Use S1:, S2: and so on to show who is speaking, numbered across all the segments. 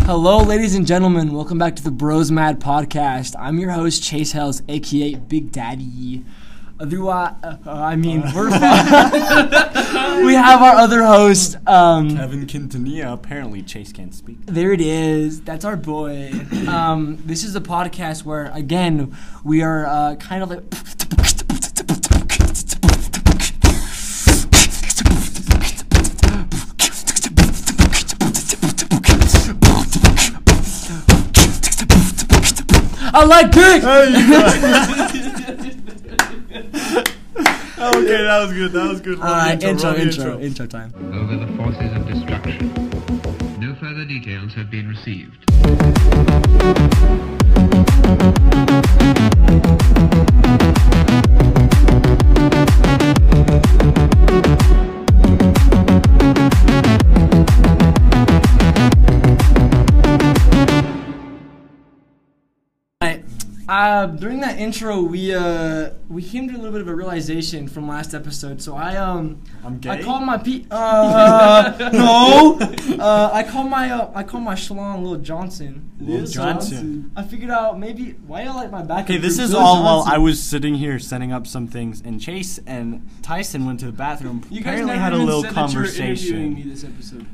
S1: Hello, ladies and gentlemen. Welcome back to the Bros Mad Podcast. I'm your host, Chase Hells, aka Big Daddy. Otherwise, uh, uh, I mean, we're we have our other host. Um,
S2: Evan Quintanilla. Apparently, Chase can't speak.
S1: there it is. That's our boy. Um, this is a podcast where, again, we are uh, kind of like. I like pig.
S2: okay, that was good. That was good.
S1: All right, Uh, intro, intro, intro, time.
S3: over the forces of destruction. No further details have been received.
S1: Alright. Uh, during that intro, we uh, we came to a little bit of a realization from last episode. So I um
S2: I'm gay.
S1: I called my pe- uh no uh, I called my uh, I called my schlong Lil Johnson.
S2: Lil Johnson.
S1: I figured out maybe why you like my back.
S2: Okay, this is all while I was sitting here setting up some things, and Chase and Tyson went to the bathroom.
S4: You guys
S2: apparently
S4: never
S2: had a
S4: even
S2: little
S4: said That you're interviewing me
S2: conversation.
S4: this episode.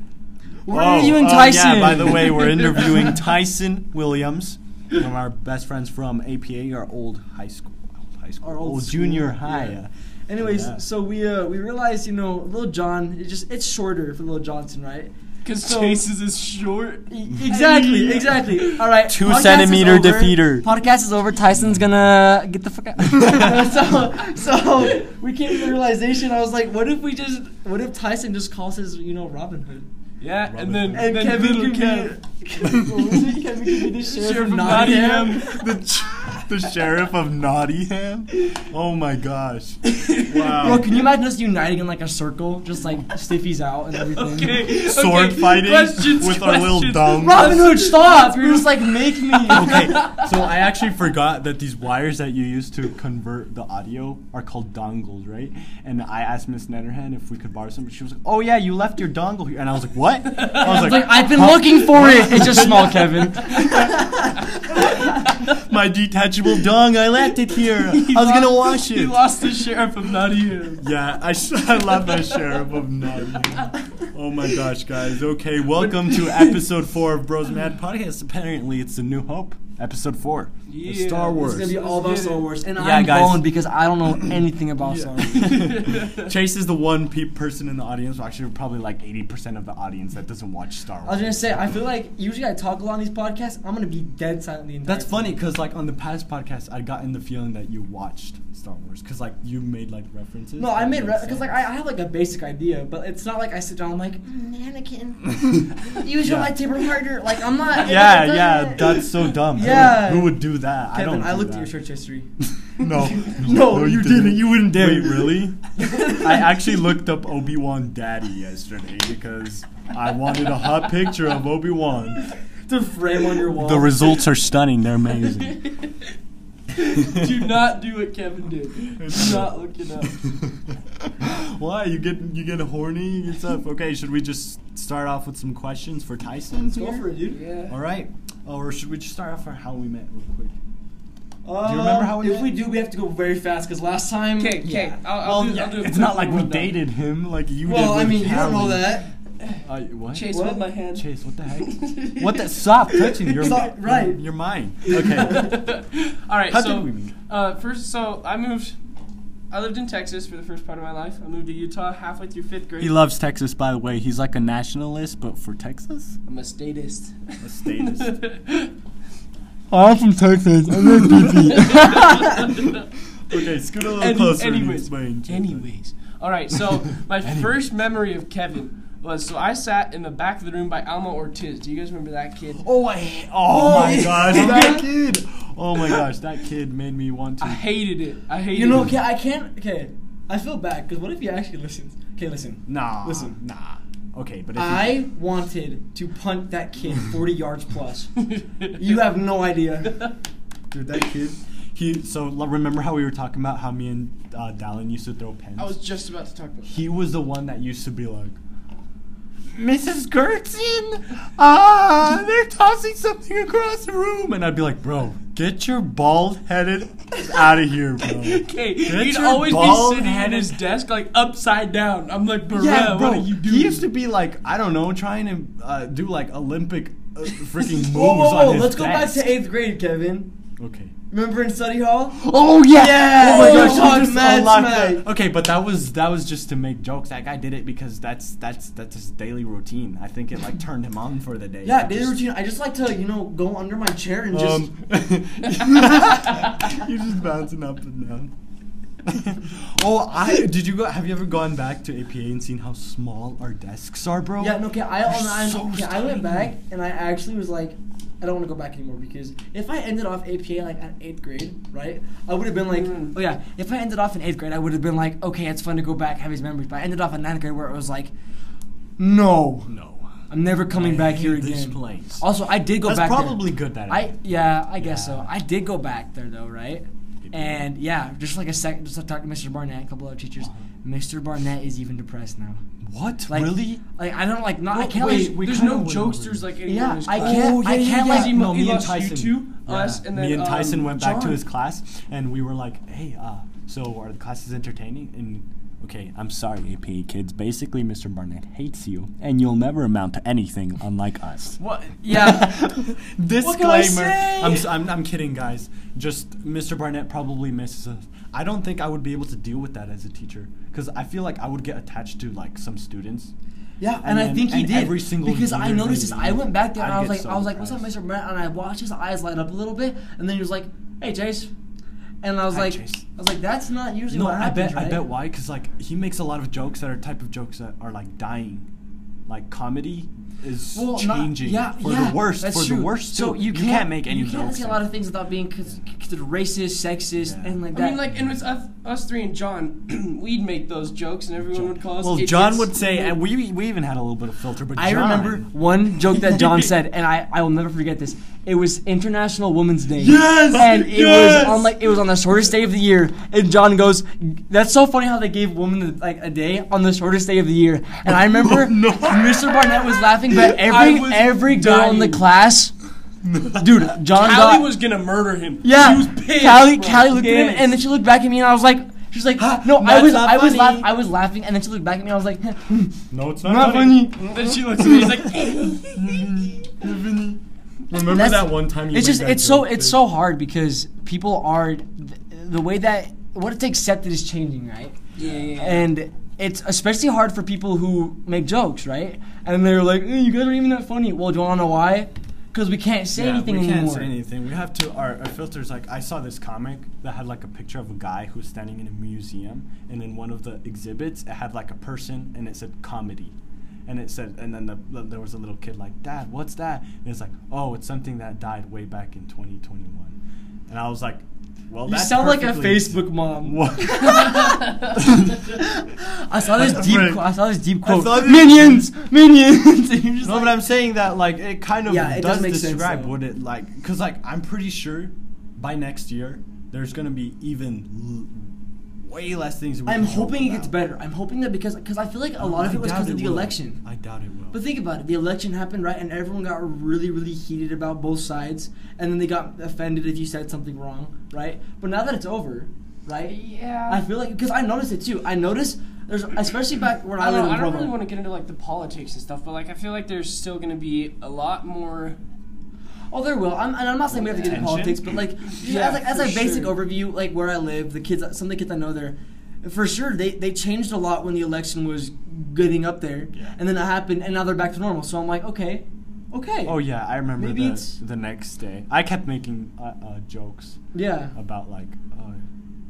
S1: Where
S2: Oh,
S1: are you and
S2: uh,
S1: Tyson?
S2: yeah, by the way, we're interviewing Tyson Williams, one of our best friends from APA, our old high school, old high school,
S1: Our old school,
S2: junior high.
S1: yeah. Anyways,
S2: Yeah.
S1: so we uh, we realized you know Lil John it just it's shorter for Lil Johnson, right?
S4: Because
S1: So- E,
S4: Chase's is short.
S1: Exactly, exactly. All right.
S2: Two
S1: podcast is
S2: centimeter
S1: over.
S2: defeater.
S1: Podcast is over. Tyson's gonna get the fuck out. so, so we came to the realization. I was like, what if we just, what if Tyson just calls his, you know, Robin Hood,
S4: Yeah,
S2: Robin
S4: and then,
S1: and
S4: then
S1: Kevin
S4: little
S1: can
S4: Kev.
S1: be, what was it? Kevin can be the sheriff, of
S4: Sheriff of
S1: Nottingham.
S4: Nottingham.
S2: the, ch- the sheriff of Nottingham. Oh my gosh! Wow.
S1: Bro, can you imagine us uniting in like a circle, just like stiffies out and everything?
S4: Okay.
S2: sword
S4: okay.
S2: fighting
S4: questions,
S2: with our little
S4: questions.
S2: dumb.
S1: Robin Hood, stop! You're just like make me.
S2: okay, so I actually forgot that these wires that you use to convert the audio are called dongles, right? And I asked Miss Netterhan if we could borrow some. She was like, "Oh yeah, you left your dongle here," and I was like, "What?" I
S1: It's
S2: was like,
S1: like I've been looking for it. It's just small, Kevin.
S2: "My detachable dong, I left it here. I was gonna wash
S4: He
S2: it."
S4: lost the sheriff of Nottingham.
S2: Yeah, I, sh- I love that sheriff of Nottingham. Oh my gosh, guys. Okay, welcome to episode four of Bros Mad Podcast. Apparently, it's the New Hope, episode four. It's
S4: Yeah,
S2: Star
S4: it's
S2: Wars.
S1: It's gonna be all about Star Wars, and
S2: Yeah,
S1: I'm
S2: guys.
S1: boned because I don't know anything about Star Wars.
S2: Chase is the one pe- person in the audience, well, actually probably like 80% of the audience that doesn't watch Star Wars.
S1: I was gonna say, I feel like usually I talk a lot on these podcasts. I'm gonna be dead silent the entire
S2: That's funny because like on the past podcast, I gotten the feeling that you watched Star Wars because like you made like references.
S1: No, I made because like I, I have like a basic idea, but it's not like I sit down. I'm like, mm, Anakin, use your
S2: Yeah.
S1: lightsaber harder. Like I'm not.
S2: yeah, yeah, that's so dumb. Who would-
S1: Yeah.
S2: who would do that? I
S1: Kevin,
S2: don't.
S1: I,
S2: do
S1: looked
S2: that.
S1: at your search history.
S2: No,
S1: No, you didn't.
S2: You wouldn't dare. Wait, really? I actually looked up Obi Wan Daddy yesterday because I wanted a hot picture of Obi Wan.
S1: the frame on your wall.
S2: The results are stunning. They're amazing.
S4: Do not do what Kevin did. Do not look it up.
S2: Why you get you get horny? You get stuff. Okay, should we just start off with some questions for Tyson?
S1: Go for it, dude.
S2: All right, Oh, or should we just start off for how we met real quick?
S1: Uh,
S2: remember how we
S1: If
S2: met?
S1: we do, we have to go very fast because last time.
S4: Okay, okay. I'll, I'll
S2: Well,
S4: do,
S2: yeah,
S4: I'll do a
S2: it's
S4: quick
S2: not like we
S4: rundown.
S2: dated him like you did.
S1: Well, I
S2: with
S1: mean, you don't know
S2: Callie.
S1: that.
S2: Uh, what?
S4: Chase,
S1: What?
S4: hold my hand.
S2: Chase, what the heck? what the? Stop touching your
S1: Stop, right.
S2: You're mine. Okay.
S4: All right.
S2: How
S4: so
S2: did we meet?
S4: Uh, first, so I moved. I lived in Texas for the first part of my life. I moved to Utah halfway through fifth grade.
S2: He loves Texas, by the way. He's like a nationalist, but for Texas.
S4: I'm a statist.
S2: A statist.
S1: Oh, I'm from Texas.
S2: okay, scoot a little
S4: Any-
S2: closer. and
S4: anyways,
S2: explain to
S4: Anyways, all right. So my
S2: Anyways.
S4: first memory of Kevin was so I sat in the back of the room by Alma Ortiz. Do you guys remember that kid?
S2: Oh, I hate. Oh, my
S1: yeah.
S2: gosh,
S4: That-
S2: that kid. Oh my gosh, that kid made me want to.
S4: I hated it. I hated.
S1: You know,
S4: it.
S1: okay, I can't. Okay, I feel bad because what if he actually listens? Okay, listen.
S2: nah.
S1: Listen.
S2: Nah. Okay, but if you-
S1: I wanted to punt that kid 40 yards plus. You have no idea.
S2: dude, that kid. He so l- remember how we were talking about how me and uh, Dallin used to throw pens.
S4: I was just about to talk about.
S2: he was the one that used to be like, Mrs. Gertzen, ah, they're tossing something across the room, and I'd be like, bro, get your bald headed out of here, bro.
S4: Okay,
S2: Get
S4: he'd
S2: your
S4: always be
S2: bald
S4: sitting at his
S2: headed-
S4: desk like upside down. I'm like, bro, what are you doing?
S2: He used to be like, I don't know, trying to uh, do like Olympic uh, freaking moves
S1: Whoa, whoa,
S2: on
S1: whoa,
S2: his
S1: let's go back
S2: desk.
S1: to eighth grade, Kevin.
S2: Okay.
S1: Remember in study hall?
S2: Oh yeah!
S1: Yeah!
S2: Oh my
S1: Oh,
S2: gosh,
S1: on
S2: you just
S1: Mad
S2: unlocked
S1: Smack.
S2: that. Okay, but that was that was just to make jokes. That guy did it because that's that's that's his daily routine. I think it like turned him on for the day.
S1: Yeah,
S2: It
S1: daily
S2: just-
S1: routine. I just like to, you know, go under my chair and just.
S2: Um, you're just bouncing up and down. oh, I did you go? Have you ever gone back to APA and seen how small our desks are, bro?
S1: Yeah, no, okay, I,
S2: You're
S1: on the island-
S2: so
S1: okay, I went
S2: tiny.
S1: back and I actually was like, I don't want to go back anymore because if I ended off APA like at eighth grade, right, I would have been like,
S4: Mm.
S1: oh yeah, if I ended off in eighth grade, I would have been like, okay, it's fun to go back, have these memories. But I ended off in ninth grade where it was like, no,
S2: No,
S1: I'm never coming
S2: I
S1: back
S2: hate
S1: here
S2: this
S1: again.
S2: place.
S1: Also, I did go
S2: that's
S1: back. there.
S2: probably good. That
S1: I yeah, I guess
S2: Yeah.
S1: so. I did go back there though, right? And yeah, just like a second, just like talk to Mr. Barnett, a couple other teachers.
S2: Uh-huh.
S1: Mr. Barnett is even depressed now.
S2: what
S1: Like,
S2: really?
S1: Like I don't like not. I
S4: Well,
S1: can't.
S4: wait,
S1: like,
S2: we
S4: there's
S2: kinda
S4: no
S2: went over
S4: jokesters
S2: this.
S4: like anyone
S1: Yeah,
S4: in his
S1: I
S4: class.
S1: can't. I can't like.
S4: He, mo-
S2: No,
S4: he
S2: me and
S4: lost you
S2: Tyson.
S4: two,
S2: Yeah.
S4: us, and then
S2: me and
S4: um,
S2: Tyson went back to
S1: John.
S2: his class, and we were like, "Hey, uh, so are the classes entertaining?" And okay, I'm sorry, AP kids. Basically, Mr. Barnett hates you, and you'll never amount to anything, unlike us.
S4: What? Yeah.
S2: Disclaimer.
S4: can I say?
S2: am I'm, I'm kidding, guys. Just Mr. Barnett probably misses us. I don't think I would be able to deal with that as a teacher because I feel like I would get attached to like some students.
S1: Yeah, and,
S2: And
S1: I
S2: then-
S1: think he
S2: and
S1: did
S2: every single
S1: because I
S2: year
S1: noticed
S2: they
S1: this. I went back there and
S2: I'd
S1: I was
S2: get
S1: like,
S2: so
S1: I was like, "What's up,
S2: depressed.
S1: Mr. Brent?" And I watched his eyes light up a little bit, and then he was like, "Hey, Chase," and I was
S2: Hi,
S1: like,
S2: Chase.
S1: "I was like, that's not usually
S2: No,
S1: what
S2: I
S1: happens."
S2: bet I
S1: right?
S2: bet why? Because like he makes a lot of jokes that are type of jokes that are like dying, like comedy is
S1: Well, not-
S2: changing
S1: yeah,
S2: for
S1: yeah,
S2: the worst.
S1: That's
S2: for
S1: true.
S2: the worst,
S1: So
S2: too.
S1: you can't,
S2: make any
S1: You can't
S2: jokes.
S1: say a
S2: that-
S1: lot of things without being cons- considered racist, sexist,
S2: Yeah.
S1: and like
S4: I
S1: that.
S4: mean, like, and with us, us three and John, we'd make those jokes, and everyone would call us.
S2: well,
S4: idiots.
S2: John would say, and we we even had a little bit of filter, but
S1: I
S2: John-
S1: remember one joke that John said, and I, I will never forget this. It was International Women's Day.
S2: Yes!
S1: And it
S2: Yes!
S1: was on like it was on the shortest day of the year. And John goes, "That's so funny how they gave women like a day on the shortest day of the year." And I remember
S2: No.
S1: Mr. Barnett was laughing, but
S4: Oh, I
S1: every
S4: was
S1: every girl in the
S4: dying.
S1: class, dude, John
S4: Callie
S1: got
S4: was gonna murder him.
S1: yeah.
S4: She was pissed.
S1: Callie,
S4: bro.
S1: Callie looked at him,
S4: Pissed.
S1: and then she looked back at me, and I was like. She's like,
S2: Ha,
S1: no, I
S2: that's
S1: was,
S2: not
S1: I was,
S2: funny.
S1: laugh- I was laughing, and then she looked back at me, and I was like,
S2: No, it's not,
S1: Not funny.
S4: Then she looks at me. She's like,
S2: Remember
S1: That's-
S2: that one time you
S1: it's
S2: made
S1: just
S2: that
S1: it's so
S2: joke,
S1: it's
S2: dude?
S1: so hard because people are th- the way that what it's accepted is changing right
S4: yeah, yeah.
S1: and it's especially hard for people who make jokes right and they're like "Eh, you guys aren't even that funny well do you want to know why because we can't say
S2: Yeah,
S1: anything
S2: we can't
S1: anymore
S2: say anything. We have to. Our, our filters, like I saw this comic that had like a picture of a guy who was standing in a museum, and in one of the exhibits, it had like a person, and it said comedy, and it said, and then the, the- there was a little kid like, Dad, what's that? And it's like, oh, it's something that died way back in 2021, and I was like, well,
S1: you
S2: that's
S1: sound like a
S2: perfectly-
S1: facebook mom
S2: What?
S1: i saw this
S2: Like,
S1: deep
S2: right.
S1: qu- i saw this deep
S2: I
S1: quote
S2: saw this-
S1: minions minions And you're just
S2: No,
S1: like-
S2: but I'm saying that like it kind of
S1: Yeah, it does
S2: does,
S1: make sense,
S2: describe
S1: though.
S2: what it like because like I'm pretty sure by next year there's gonna be even l- way less things. We
S1: I'm
S2: can joke
S1: hoping it gets
S2: about.
S1: better i'm hoping that because because i feel like a
S2: I
S1: lot of it was
S2: doubt
S1: because of the
S2: will.
S1: election
S2: I doubt it will.
S1: But think about it. The election happened, right? And everyone got really, really heated about both sides. And then they got offended if you said something wrong, right? But now that it's over, right?
S4: yeah.
S1: I feel like, because I noticed it too. I noticed there's, especially back where I,
S4: I don't,
S1: live
S4: know,
S1: in
S4: I don't
S1: Provo.
S4: really want to get into like the politics and stuff, but like I feel like there's still gonna be a lot more.
S1: Oh, there will. I'm, and I'm not saying we have to get into politics,
S2: Tension?
S1: but like, just
S4: Yeah,
S1: as, like, as
S4: for
S1: a basic
S4: sure.
S1: overview, like where I live, the kids, some of the kids I know there, for sure they, they changed a lot when the election was getting up there,
S2: Yeah.
S1: and then it happened, and now they're back to normal. So I'm like, okay, okay,
S2: oh yeah, I remember
S1: Maybe
S2: the,
S1: it's-
S2: the next day. I kept making uh, uh, jokes
S1: yeah,
S2: about like, oh,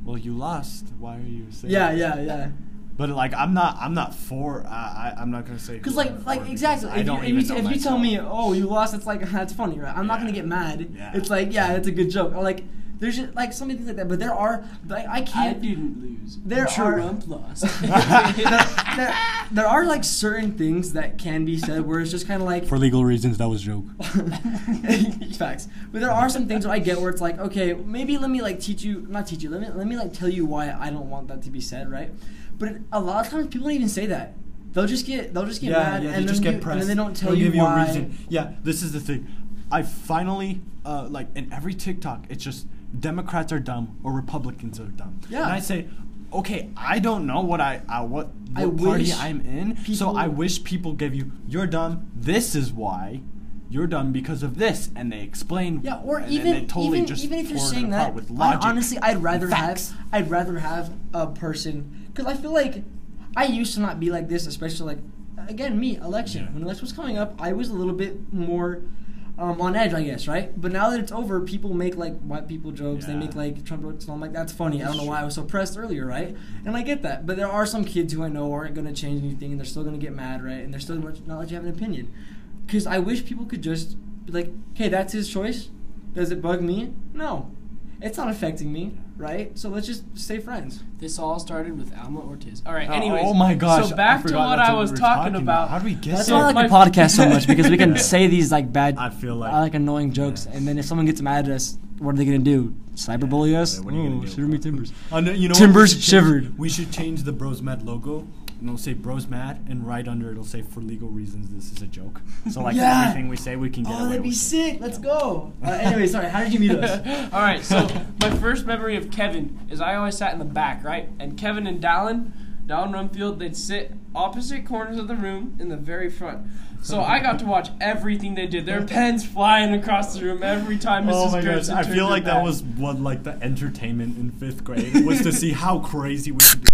S2: well, you lost. Why are you saying?
S1: yeah,
S2: that?"
S1: yeah, yeah.
S2: But like, I'm not. I'm not for. Uh, I I'm not gonna say.
S1: Because
S2: who I'm
S1: like
S2: for
S1: like
S2: because
S1: exactly,
S2: I
S1: if you,
S2: don't
S1: if you,
S2: even
S1: t-
S2: know
S1: if you tell
S2: myself.
S1: me, oh, you lost, it's like that's funny, right? I'm not gonna
S2: Yeah.
S1: get mad.
S2: Yeah.
S1: It's like yeah, it's a good joke. Or like there's just, like some things like that, but there are like I
S4: I
S1: can't.
S4: didn't lose.
S1: There
S4: Trump lost.
S1: there, there are like certain things that can be said where it's just kind of like
S2: for legal reasons, that was a joke.
S1: facts. But there are some things where I get where it's like, okay, maybe let me like teach you, not teach you, let me let me like tell you why I don't want that to be said, right? But it, a lot of times people don't even say that. They'll just get they'll just get mad
S2: they
S1: and, then
S2: just
S1: you-
S2: get pressed.
S1: and then they don't tell
S2: They'll
S1: you
S2: give
S1: why.
S2: a reason. Yeah, this is the thing. I finally uh, like in every TikTok, it's just Democrats are dumb or Republicans are dumb.
S1: Yeah.
S2: And I say, okay, I don't know what I, I what,
S1: I
S2: what party
S1: wish
S2: I'm in, so
S1: people-
S2: I wish people give you you're dumb. This is why. You're dumb because of this, and they explain.
S1: Yeah, or
S2: and then
S1: even
S2: they totally
S1: even,
S2: just
S1: even if you're
S2: tore it
S1: saying
S2: apart
S1: that,
S2: with
S1: I-
S2: logic.
S1: honestly, I'd rather
S2: facts.
S1: have I'd rather have a person because I feel like I used to not be like this, especially like again me election when election was coming up, I was a little bit more. Um, on edge, I guess, right? But now that it's over, people make like white people jokes. They
S2: Yeah.
S1: make like Trump jokes, and I'm like, that's funny. I don't know why I was so pressed earlier, right? And I get that, but there are some kids who I know aren't going to change anything, and they're still going to get mad, right? And they're still gonna not let you have an opinion. Because I wish people could just be like, hey, that's his choice. Does it bug me? No. It's not affecting me, right? So let's just stay friends.
S4: This all started with Alma Ortiz. All right.
S2: Oh,
S4: Anyways.
S2: oh my gosh!
S4: So back to
S2: forgot
S4: what
S2: that's
S4: I
S2: we
S4: was
S2: were
S4: talking about.
S2: How do we get
S1: That's
S2: there?
S1: why I like the
S4: My-
S1: podcast so much because we can
S2: Yeah.
S1: say these like bad,
S2: I feel like-
S1: uh, like annoying jokes, and then if someone gets mad at us, what are they gonna do? Cyberbully us?
S2: What are you gonna
S1: Ooh,
S2: do?
S1: shiver me timbers.
S2: Uh, no, you know what?
S1: Timbers
S2: We should change-
S1: shivered.
S2: We should change the Bros Mad logo, and it'll say Bros Mad, and right under it'll say for legal reasons this is a joke. So like
S1: Yeah.
S2: everything we say, we can get
S1: Oh,
S2: away
S1: that'd be
S2: with.
S1: sick. Let's go. Uh, anyway, sorry. How did you meet us?
S4: All right, so my first memory of Kevin is I always sat in the back, right? And Kevin and Dallin, Dallin Rumfield, they'd sit opposite corners of the room in the very front. So I got to watch everything they did. Their pens flying across the room every time Mrs.
S2: Oh my gosh!
S4: Gerson
S2: I
S4: turned
S2: feel
S4: her
S2: like that
S4: back.
S2: was what like the entertainment in fifth grade was to see how crazy we. Could be.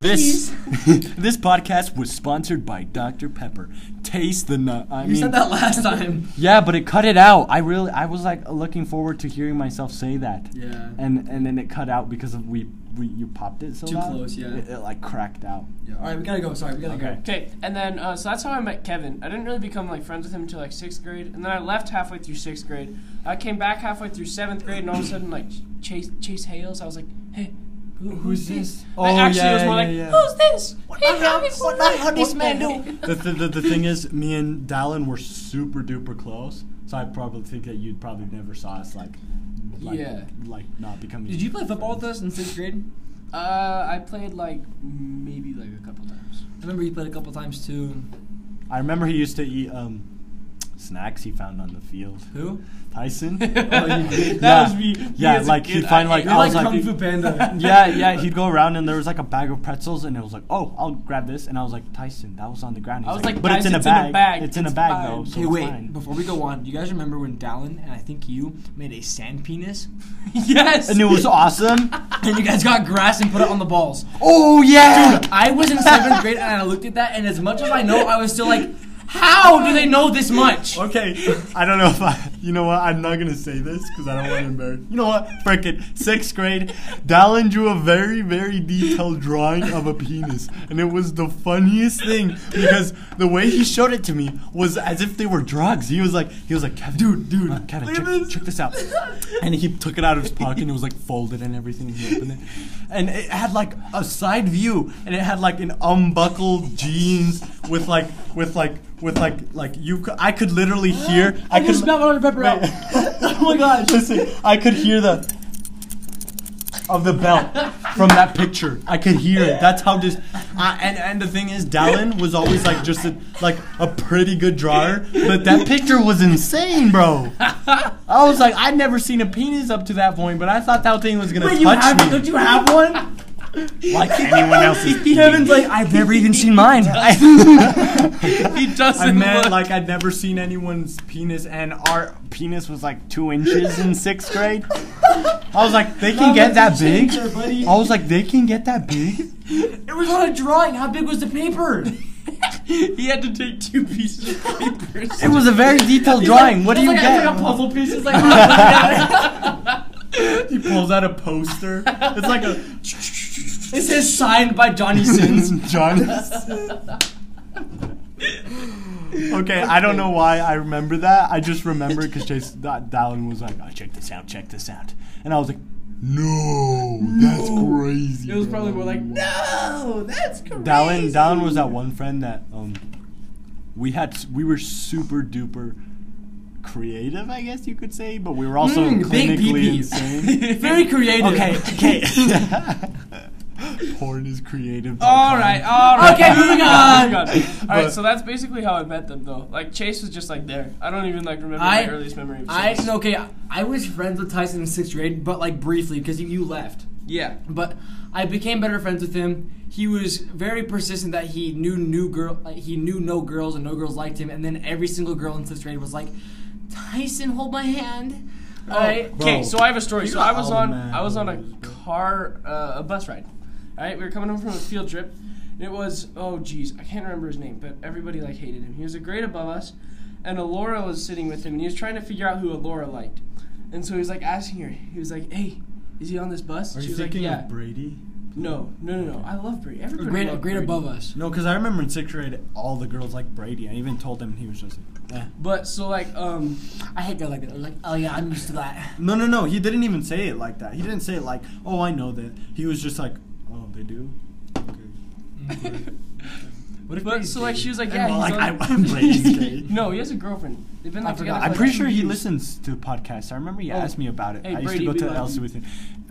S2: This this podcast was sponsored by Dr Pepper. Taste the nut. I
S1: you said that last time.
S2: Yeah, but it cut it out. I really, I was like looking forward to hearing myself say that.
S1: Yeah.
S2: And and then it cut out because of we we you popped it so
S1: Too
S2: loud,
S1: close, yeah.
S2: It, it, like cracked out.
S1: yeah. All right, we gotta go. Sorry, we gotta
S2: Okay.
S1: go.
S4: Okay, and then uh, so that's how I met Kevin. I didn't really become like friends with him until like sixth grade, and then I left halfway through sixth grade. I came back halfway through seventh grade, and all of a sudden like Chase Chase Hales, I was like, hey, who,
S2: Who's
S4: who's, this?
S2: this?
S4: Like,
S2: Oh,
S4: actually, it was
S2: yeah,
S4: more
S2: yeah,
S4: like,
S2: yeah.
S4: who's this? What
S1: the hell- what the hell this man do?
S2: the, th- the the thing is, me and Dallin were super duper close, so I probably think that you'd probably never saw us like, like
S4: Yeah.
S2: like not becoming.
S1: Did you play football with us in sixth grade?
S4: Uh, I played like maybe like a couple times.
S1: I remember you played a couple times too.
S2: I remember he used to eat um, snacks he found on the field.
S1: Who? Oh,
S2: Tyson.
S1: you did?
S4: That
S2: Yeah.
S4: was me. Me
S2: Yeah,
S4: as a
S2: like
S4: kid,
S2: he'd
S4: I
S2: find like
S4: ate-
S1: You're
S2: I
S1: like
S2: was
S1: Kung
S2: like
S1: Fu Panda.
S2: yeah, yeah. He'd go around and there was like a bag of pretzels, and it was like, oh, I'll grab this, and I was like, Tyson, that was on the ground.
S4: I
S2: He's
S4: was like,
S2: but it's in a
S4: "Guys, it's in a
S2: bag.
S4: bag.
S2: It's in a
S4: It's
S2: bag
S4: fine."
S2: though. So
S1: Hey,
S2: it's
S1: wait!
S2: fine."
S1: Before we go on, do you guys remember when Dallin and I think you made a sand penis,
S4: yes.
S2: And it was awesome.
S1: and you guys got grass and put it on the balls?
S2: oh yeah.
S1: I was in seventh grade and I looked at that, and as much as I know, I was still like, how do they know this much?
S2: Okay, I don't know if I. You know what? I'm not gonna say this because I don't want to embarrass. You know what? Frick it. Sixth grade, Dallin drew a very, very detailed drawing of a penis, and it was the funniest thing because the way he showed it to me was as if they were drugs. He was like, he was like, Kevin, dude, dude, Kevin,
S1: look at
S2: check,
S1: this."
S2: check this out. And he took it out of his pocket and it was like folded and everything. He opened it, and it had like a side view, and it had like an unbuckled jeans with like with like with like like you. Could, I could literally hear. I, could
S1: just smelled Dr. Pepper out.
S2: oh my gosh! Listen, I could hear the of the belt from that picture. I could hear it. That's how this. I and and the thing is, Dallin was always like just a, like a pretty good drawer, but that picture was insane, bro. I was like, I'd never seen a penis up to that point, but I thought that thing was gonna
S1: Wait,
S2: touch
S1: you have,
S2: me.
S1: don't you have one?
S2: like anyone else's.
S1: Kevin's like, I've never even seen mine.
S4: he doesn't.
S2: I meant
S4: look.
S2: like I'd never seen anyone's penis, and our penis was like two inches in sixth grade. I was like, they can get that big.
S1: buddy.
S2: I was like, they can get that big.
S1: It was on a drawing. How big was the paper?
S4: he had to take two pieces of paper.
S2: It was a very detailed drawing. What do you
S1: like, It's like a
S2: get?
S1: puzzle piece. It's like,
S2: He pulls out a poster. It's like a
S1: it says signed by Johnny Sins.
S2: John. Okay, I don't know why I remember that. I just remember because Chase that Dallin was like, "Oh, check this out, check this out," and I was like, "No, that's crazy."
S4: It was
S2: bro."
S4: probably more like no, that's crazy.
S2: Dallin, Dallin was that one friend that um, we had. s- We were super duper creative, I guess you could say, but we were also
S1: Mm, big
S2: clinically
S1: peepees.
S2: insane.
S1: Very creative.
S2: okay, okay. porn is creative.
S4: All right, all right.
S1: Okay, moving on.
S4: All right,
S2: But-
S4: so that's basically how I met them, though. Like Chase was just like there. I don't even like remember
S1: I-
S4: my earliest memory of
S1: I
S4: Chase.
S1: no, okay. I was friends with Tyson in sixth grade, but like briefly because you, you left.
S4: Yeah.
S1: But I became better friends with him. He was very persistent that he knew new girl. Like, he knew no girls and no girls liked him. And then every single girl in sixth grade was like, "Tyson, hold my hand." All right.
S2: Oh, bro.
S4: Okay, so I have a story.
S2: You
S4: So I
S2: got
S4: was
S2: all the
S4: on
S2: man
S4: I was on a
S2: boobs, bro.
S4: car uh, a bus ride. All right, we were coming home from a field trip, and it was oh geez, I can't remember his name, but everybody like hated him. He was a grade above us, and Alora was sitting with him, and he was trying to figure out who Alora liked, and so he was like asking her. He was like, "Hey, is he on this bus?"
S2: Are you
S4: was
S2: thinking
S4: like, "Yeah."
S2: of Brady?
S4: no, no, no, no. I love Brady. Everybody
S1: Grade,
S4: loved
S1: grade
S4: Brady.
S1: above us.
S2: No, because I remember in sixth grade, all the girls liked Brady. I even told him, and he was just like, eh.
S4: But so like um
S1: I hate that like that. Like, oh yeah, I'm used to that.
S2: No, no, no. He didn't even say it like that. He didn't say it like, oh, I know that. He was just like, oh, they do? Okay.
S1: What if
S4: But
S1: Brady's
S4: so like
S1: gay?
S4: she was like,
S2: And
S4: yeah,
S2: we're
S4: he's
S2: like,
S4: on
S2: I- I'm Brady's gay.
S4: no, he has a girlfriend. They've been
S1: I
S4: like together.
S1: forgot.
S4: for,
S2: I'm
S4: like,
S2: pretty
S4: two
S2: sure he
S4: years.
S2: listens to podcasts. I remember he
S4: Oh.
S2: asked me about it.
S4: Hey,
S2: I used
S4: Brady,
S2: to
S4: we
S2: go to
S4: love
S2: LC
S4: you.
S2: with him.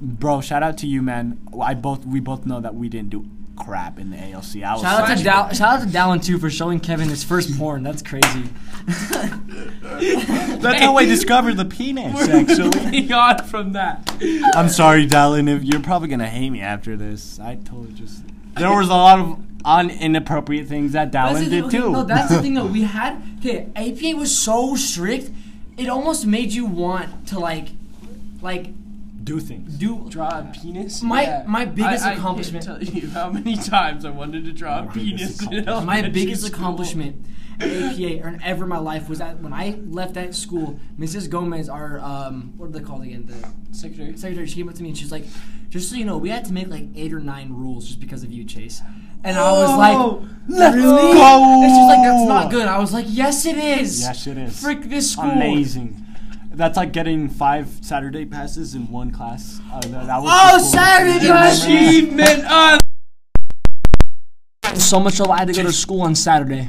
S2: Bro, shout out to you, man. I both we both know that we didn't do crap in the ALC. I
S1: Shout out
S2: was
S1: to
S4: Slash-
S1: Dal- shout out to Dallin too for showing Kevin his first porn. That's crazy.
S2: That's how I discovered the penis, actually.
S4: moving on from that.
S2: I'm sorry, Dallin, if you're probably gonna hate me after this. I totally just there was a lot of un- inappropriate things that Dallin
S1: the
S2: did
S1: thing, okay,
S2: too.
S1: No, that's the thing though. We had okay, APA was so strict, it almost made you want to like, like
S2: do things.
S1: do.
S4: Draw a penis.
S1: My-
S4: Yeah.
S1: my biggest
S4: I- I
S1: accomplishment-
S4: Can't tell you how many times I wanted to draw a
S2: My
S4: penis.
S2: biggest
S4: in
S2: accomplishment.
S1: My
S4: elementary
S1: biggest
S4: school.
S1: accomplishment at APA or ever in my life was that when I left that school, Mrs. Gomez, our um, what are they called again? The
S4: Secretary.
S1: secretary, she came up to me and she's like, "Just so you know, we had to make like eight or nine rules just because of you, Chase." And I was
S2: Oh,
S1: like,
S2: let's
S1: "Really?"
S2: go.
S1: And she's like, "That's not good." I was like, "Yes, it is."
S2: Yes, it is.
S1: Frick this school.
S2: Amazing. That's like getting five Saturday passes in one class. Uh, that, that was
S1: Oh,
S2: the coolest
S1: Saturday
S2: thing.
S1: pass!
S4: Achievement on.
S1: So much trouble. I had to go to school on Saturday.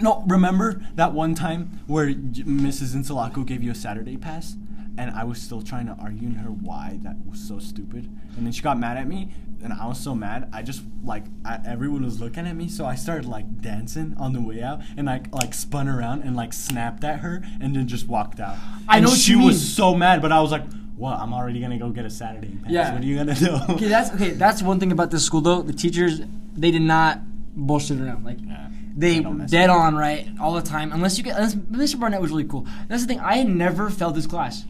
S2: No, remember that one time where y- Mrs. Insulaco gave you a Saturday pass, and I was still trying to argue to her why that was so stupid, and then she got mad at me, and I was so mad. I just like I, everyone was looking at me, so I started like dancing on the way out, and I like spun around and like snapped at her, and then just walked out.
S1: I
S2: And
S1: know what
S2: she
S1: you mean.
S2: was so mad, but I was like, "What? I'm already gonna go get a Saturday pass.
S1: Yeah.
S2: What are you gonna do?"
S1: Okay, that's okay. That's one thing about this school though. The teachers, they did not bullshit around. Like, they
S2: they don't mess
S1: dead on right all the time. Unless you get, unless Mr. Barnett was really cool. That's the thing. I never failed this class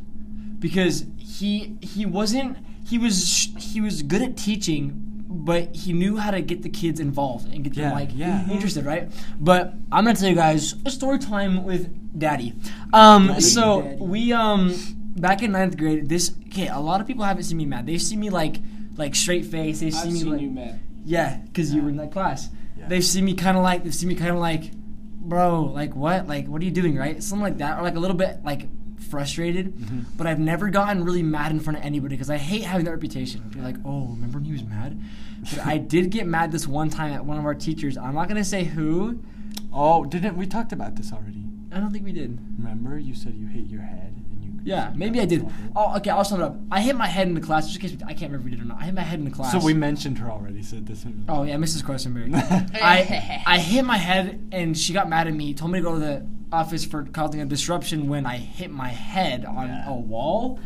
S1: because he he wasn't he was he was good at teaching. But he knew how to get the kids involved and get them
S2: Yeah,
S1: like
S2: yeah.
S1: interested, right? But I'm gonna tell you guys a story time with Daddy. Um, so
S4: Daddy.
S1: we um back in ninth grade. This okay, a lot of people haven't seen me mad. They've seen me like like straight face. They've seen
S4: I've
S1: me
S4: seen
S1: like
S4: you, man.
S1: yeah, because you were in that class.
S2: Yeah.
S1: They've seen me kind of like, they've seen me kind of like, bro, like what? Like, what are you doing, right? Something like that, or like a little bit like frustrated.
S2: Mm-hmm.
S1: But I've never gotten really mad in front of anybody because I hate having that reputation. Be like, oh, remember when he was mad? But I did get mad this one time at one of our teachers. I'm not gonna say who.
S2: Oh, didn't we talked about this already?
S1: I don't think we did.
S2: Remember, you said you hit your head and you.
S1: Yeah, maybe I did. Oh, okay, I'll sum it up. I hit my head in the class. Just in case I can't remember if we did or not. I hit my head in the class.
S2: So we mentioned her already. So this.
S1: Oh yeah, Mrs. Questenberry. I I hit my head and she got mad at me. Told me to go to the office for causing a disruption when I hit my head on
S2: Yeah.
S1: a wall,